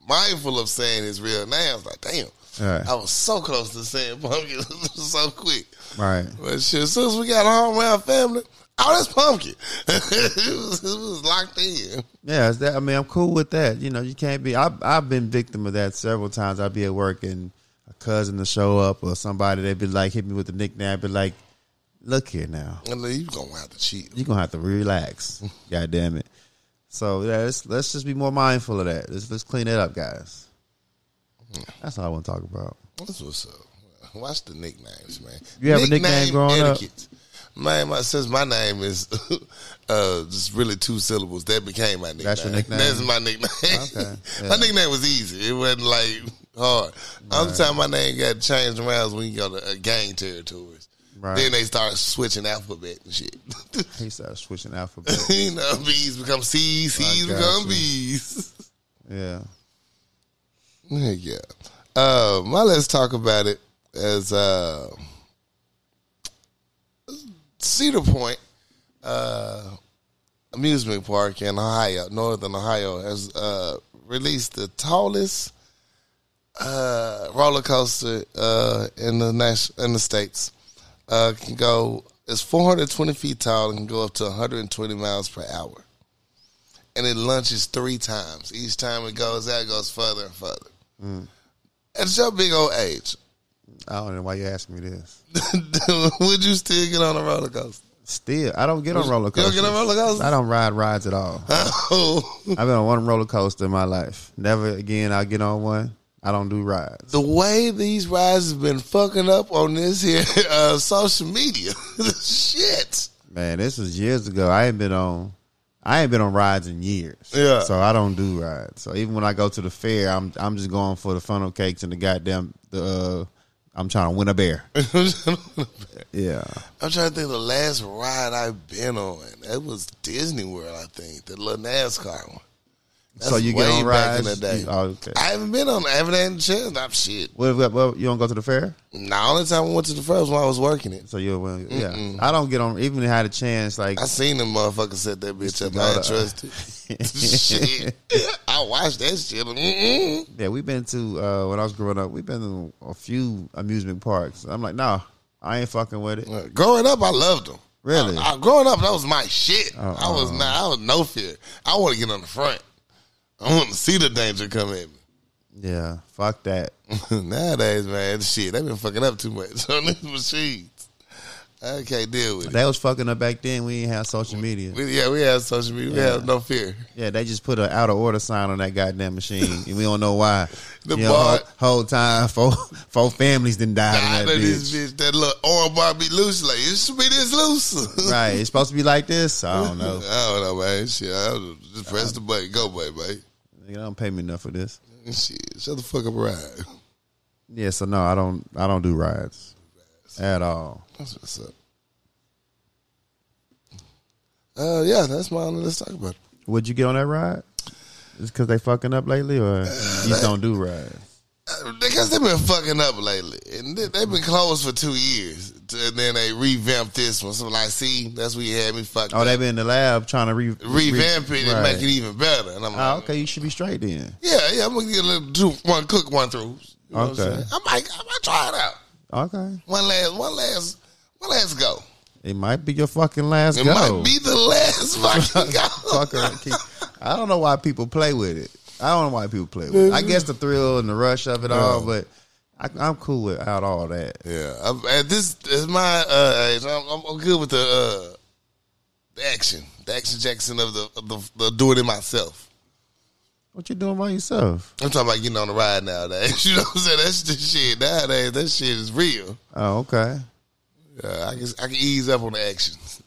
[SPEAKER 2] mindful of saying his real name. I was like, damn.
[SPEAKER 1] Right.
[SPEAKER 2] I was so close to saying Pumpkin so quick.
[SPEAKER 1] Right.
[SPEAKER 2] But shit, as soon as we got home around family, oh, that's Pumpkin. it, was, it was locked in.
[SPEAKER 1] Yeah, it's that, I mean, I'm cool with that. You know, you can't be. I've, I've been victim of that several times. I'd be at work and a cousin to show up or somebody, they'd be like, hit me with the nickname. I'd be like, look here now.
[SPEAKER 2] And then you going to have to cheat.
[SPEAKER 1] You're going to have to relax. God damn it. So yeah, let's, let's just be more mindful of that. Let's, let's clean it up, guys. That's all I want to talk about.
[SPEAKER 2] That's what's up. Watch the nicknames, man.
[SPEAKER 1] You have a nickname growing up?
[SPEAKER 2] up? Man, my, since my name is uh, just really two syllables, that became my nickname.
[SPEAKER 1] That's your nickname?
[SPEAKER 2] That's my nickname.
[SPEAKER 1] Okay, yeah.
[SPEAKER 2] my nickname was easy. It wasn't like hard. Only time my name got changed around was when you go to uh, gang territories.
[SPEAKER 1] Right.
[SPEAKER 2] Then they start switching alphabet and shit.
[SPEAKER 1] He started switching alphabet.
[SPEAKER 2] you know, B's become C's, C's
[SPEAKER 1] I got
[SPEAKER 2] become
[SPEAKER 1] you.
[SPEAKER 2] B's.
[SPEAKER 1] yeah.
[SPEAKER 2] Yeah. Uh, my let's talk about it as uh, Cedar Point uh, amusement park in Ohio, northern Ohio, has uh, released the tallest uh, roller coaster uh, in the nation, in the states. Uh, can go it's 420 feet tall and can go up to 120 miles per hour, and it launches three times. Each time it goes out, it goes further and further. At your big old age,
[SPEAKER 1] I don't know why you asking me this.
[SPEAKER 2] would you still get on a roller coaster?
[SPEAKER 1] Still, I don't get on roller
[SPEAKER 2] You don't
[SPEAKER 1] coasters.
[SPEAKER 2] get on roller coasters?
[SPEAKER 1] I don't ride rides at all.
[SPEAKER 2] Oh,
[SPEAKER 1] I've been on one roller coaster in my life. Never again I'll get on one. I don't do rides.
[SPEAKER 2] the way these rides have been fucking up on this here uh, social media, shit.
[SPEAKER 1] Man, this was years ago. I ain't been on I ain't been on rides in years.
[SPEAKER 2] Yeah.
[SPEAKER 1] So I don't do rides. So even when I go to the fair, I'm I'm just going for the funnel cakes and the goddamn the uh I'm trying to win a bear. Yeah.
[SPEAKER 2] I'm trying to think of the last ride I've been on. That was Disney World, I think. The little NASCAR one.
[SPEAKER 1] so you get
[SPEAKER 2] way
[SPEAKER 1] on
[SPEAKER 2] back
[SPEAKER 1] rides.
[SPEAKER 2] in the day.
[SPEAKER 1] You- oh, okay.
[SPEAKER 2] I haven't been on. I haven't had a chance. Nah, shit.
[SPEAKER 1] What if well, you don't go to the fair?
[SPEAKER 2] The only time I went to the first one, I was working it.
[SPEAKER 1] So you well, yeah. I don't get on. Even had a chance like
[SPEAKER 2] I seen them motherfuckers set that bitch up.
[SPEAKER 1] No,
[SPEAKER 2] I
[SPEAKER 1] no.
[SPEAKER 2] ain't trust it. shit. I watched that shit. Mm-mm.
[SPEAKER 1] yeah. We've been to uh, when I was growing up. We've been to a few amusement parks. I'm like, nah, I ain't fucking with it.
[SPEAKER 2] Uh, Growing up, I loved them.
[SPEAKER 1] Really? Oh,
[SPEAKER 2] I, I- growing up, that was my shit. I was not. I was no fear. I want to get on the front. I want to see the danger come at
[SPEAKER 1] Yeah, fuck that.
[SPEAKER 2] me. Nowadays, man, shit, they been fucking up too much on these machines. I can't deal with it.
[SPEAKER 1] They was fucking up back then. We ain't had social media.
[SPEAKER 2] We, yeah, we have social media. We
[SPEAKER 1] Yeah.
[SPEAKER 2] have no fear.
[SPEAKER 1] Yeah, they just put an out of order sign on that goddamn machine, and we don't know why.
[SPEAKER 2] The
[SPEAKER 1] you know,
[SPEAKER 2] bar-
[SPEAKER 1] whole, whole time, four four families didn't die
[SPEAKER 2] I
[SPEAKER 1] in
[SPEAKER 2] know
[SPEAKER 1] that bitch.
[SPEAKER 2] this bitch, that little orange bar be loose. Like, it should be this loose.
[SPEAKER 1] Right? It's supposed to be like this. I don't know.
[SPEAKER 2] I don't know, man. Shit, I don't- just
[SPEAKER 1] Uh.
[SPEAKER 2] press the button. Go, baby. baby.
[SPEAKER 1] You don't pay me enough for this.
[SPEAKER 2] Shit, shut the fuck up, ride.
[SPEAKER 1] Yeah, so no, I don't. I don't do rides at all.
[SPEAKER 2] That's what's up. Uh, yeah, that's my only. Let's talk about it.
[SPEAKER 1] Would you get on that ride? It's because they fucking up lately, or you just don't do rides.
[SPEAKER 2] Uh, Because they've been fucking up lately, and they- they've been closed for two years, and then they revamped this one. So like, see, that's where you had me fucking.
[SPEAKER 1] Oh, they been in the lab trying to re-
[SPEAKER 2] revamp it and
[SPEAKER 1] right.
[SPEAKER 2] make it even better. And I'm like,
[SPEAKER 1] Oh, okay, you should be straight then.
[SPEAKER 2] yeah, yeah, I'm gonna get a little do one cook one through. You know what I'm
[SPEAKER 1] Okay.
[SPEAKER 2] saying? I might, I might try it out.
[SPEAKER 1] Okay,
[SPEAKER 2] One last, one last, one last go.
[SPEAKER 1] it might be your fucking last
[SPEAKER 2] It
[SPEAKER 1] go.
[SPEAKER 2] might be the last fucking go.
[SPEAKER 1] Fuck around, keep- I don't know why people play with it. I don't know why people play with it.
[SPEAKER 2] Mm-hmm.
[SPEAKER 1] I guess the thrill and the rush of it all, but I, I'm cool without all that.
[SPEAKER 2] Yeah, I'm, at this is my uh, age. I'm, I'm, I'm good with the, uh, the action, the action Jackson of the of the, the doing it myself.
[SPEAKER 1] What you doing by yourself?
[SPEAKER 2] I'm talking about getting on the ride nowadays. You know what I'm saying? That's the shit nowadays. That shit is real.
[SPEAKER 1] Oh, okay.
[SPEAKER 2] Uh, I can I can ease up on the actions.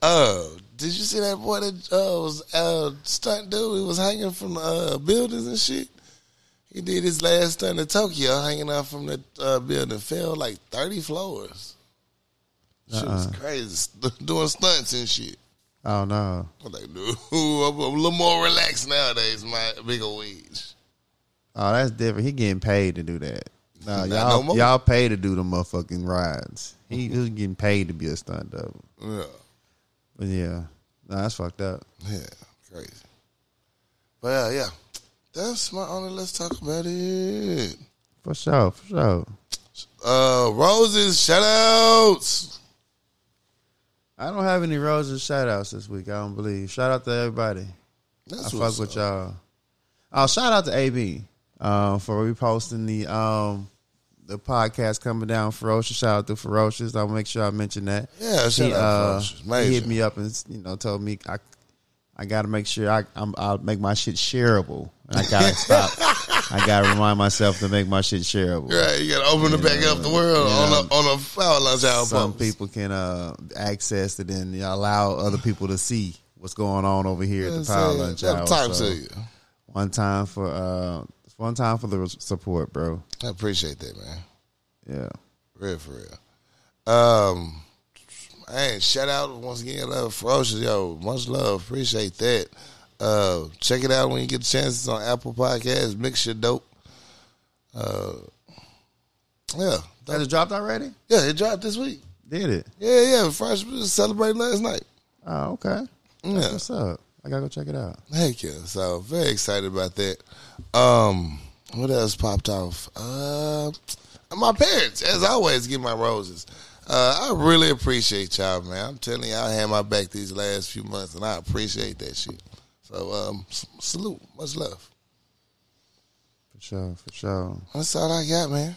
[SPEAKER 2] uh, did you see that boy that uh, was uh, stunt dude? He was hanging from uh, buildings and shit. He did his last stunt in Tokyo, hanging out from the uh, building, fell like thirty floors. Shit was crazy, st- doing stunts and shit.
[SPEAKER 1] Oh no.
[SPEAKER 2] I'm like, dude, I'm, I'm a little more relaxed nowadays. My big old age.
[SPEAKER 1] Oh, that's different. He getting paid to do that. No,
[SPEAKER 2] Not
[SPEAKER 1] y'all
[SPEAKER 2] no more.
[SPEAKER 1] y'all paid to do the motherfucking rides. He, he was getting paid to be a stunt double.
[SPEAKER 2] Yeah,
[SPEAKER 1] But yeah, no, that's fucked up.
[SPEAKER 2] yeah, crazy. But yeah, yeah, that's my only. Let's talk about it.
[SPEAKER 1] For sure, for sure.
[SPEAKER 2] Uh, Roses, shout outs.
[SPEAKER 1] I don't have any roses shout outs this week. I don't believe. Shout out to everybody. I
[SPEAKER 2] That's
[SPEAKER 1] fuck with y'all. Oh, shout out to AB um, for reposting the um, the podcast coming down ferocious. Shout out to ferocious. I'll make sure I mention that.
[SPEAKER 2] Yeah, shout
[SPEAKER 1] he,
[SPEAKER 2] out
[SPEAKER 1] uh,
[SPEAKER 2] Ferocious.
[SPEAKER 1] he
[SPEAKER 2] Major.
[SPEAKER 1] hit me up and you know told me I I got to make sure I I'm, I'll make my shit shareable. And I gotta stop. I gotta remind myself to make my shit shareable.
[SPEAKER 2] Right, you gotta open it back up the world
[SPEAKER 1] you
[SPEAKER 2] on a on a foul lunch album.
[SPEAKER 1] Some people can uh, access it and allow other people to see what's going on over here at the Power Lunch Hour.
[SPEAKER 2] I'm talking
[SPEAKER 1] So-
[SPEAKER 2] to you.
[SPEAKER 1] one time for uh one time for the support, bro.
[SPEAKER 2] I appreciate that, man.
[SPEAKER 1] Yeah.
[SPEAKER 2] Real for real. Um, man, shout out once again, love ferocious, yo. Much love, appreciate that. Uh, check it out when you get the chances on Apple Podcasts. Mix your dope. Uh, yeah,
[SPEAKER 1] Has it dropped already?
[SPEAKER 2] yeah, it dropped this week.
[SPEAKER 1] Did it?
[SPEAKER 2] Yeah, yeah, Fresh was celebrating last night.
[SPEAKER 1] Oh, okay.
[SPEAKER 2] Yeah.
[SPEAKER 1] What's up? I gotta go check it out.
[SPEAKER 2] Heck yeah. So very excited about that. Um, what else popped off? Uh my parents, as always, give my roses. Uh, I really appreciate y'all, man. I'm telling you, I had my back these last few months, and I appreciate that shit. So, um, s- salute, much love.
[SPEAKER 1] For sure, for sure.
[SPEAKER 2] That's all I got, man.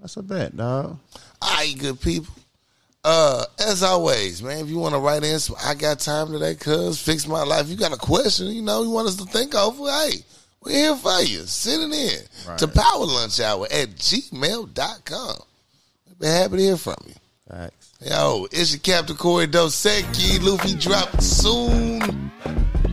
[SPEAKER 1] That's a bet, dog.
[SPEAKER 2] All right, good people. Uh, as always, man, if you want to write in, some I got time today, cuz fix my life. You got a question, you know, you want us to think over, hey, we're here for you. Send it in
[SPEAKER 1] Right.
[SPEAKER 2] to powerlunchhour at gmail.com. We'd be happy to hear from you.
[SPEAKER 1] Facts.
[SPEAKER 2] Yo, it's your Captain Corey Dosecki. Luffy drop soon,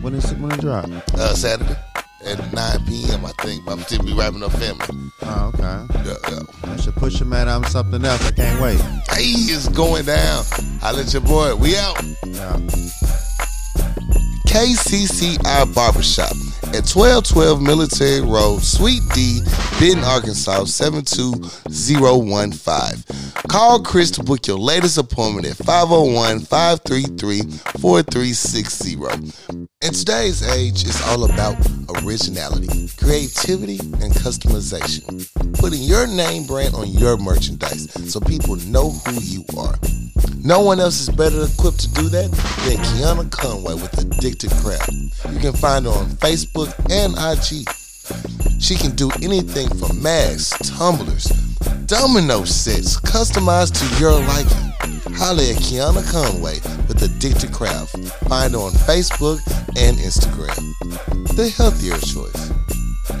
[SPEAKER 1] When is it when it drop?
[SPEAKER 2] uh, Saturday at 9 p.m., I think. But I'm still be wrapping up family.
[SPEAKER 1] Oh, okay.
[SPEAKER 2] Yeah, yeah.
[SPEAKER 1] I should push him man. I'm something else. I can't wait.
[SPEAKER 2] Hey, it's going down. I let your boy. We out.
[SPEAKER 1] Yeah.
[SPEAKER 2] KCCI Barbershop at 1212 Military Road, Suite D, Benton, Arkansas 72015. Call Chris to book your latest appointment at 501 533 4360. In today's age, it's all about originality, creativity, and customization. Putting your name brand on your merchandise so people know who you are. No one else is better equipped to do that than Kiana Conway with Addicted Craft. You can find her on Facebook and IG. She can do anything from masks, tumblers, domino sets, customized to your liking. Holla at Kiana Conway with Addicted Craft. Find her on Facebook and Instagram. The healthier choice.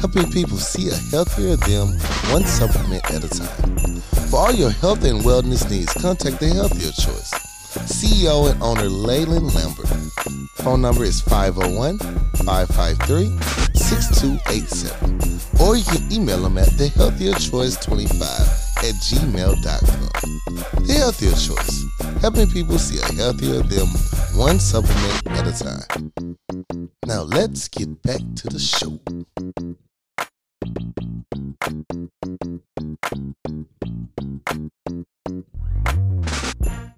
[SPEAKER 2] Helping people see a healthier them one supplement at a time. For all your health and wellness needs, contact The Healthier Choice. CEO and owner Leyland Lambert. Phone number is 501 553 6287. Or you can email them at thehealthierchoice25 at gmail.com. The Healthier Choice, helping people see a healthier them one supplement at a time. Now let's get back to the show.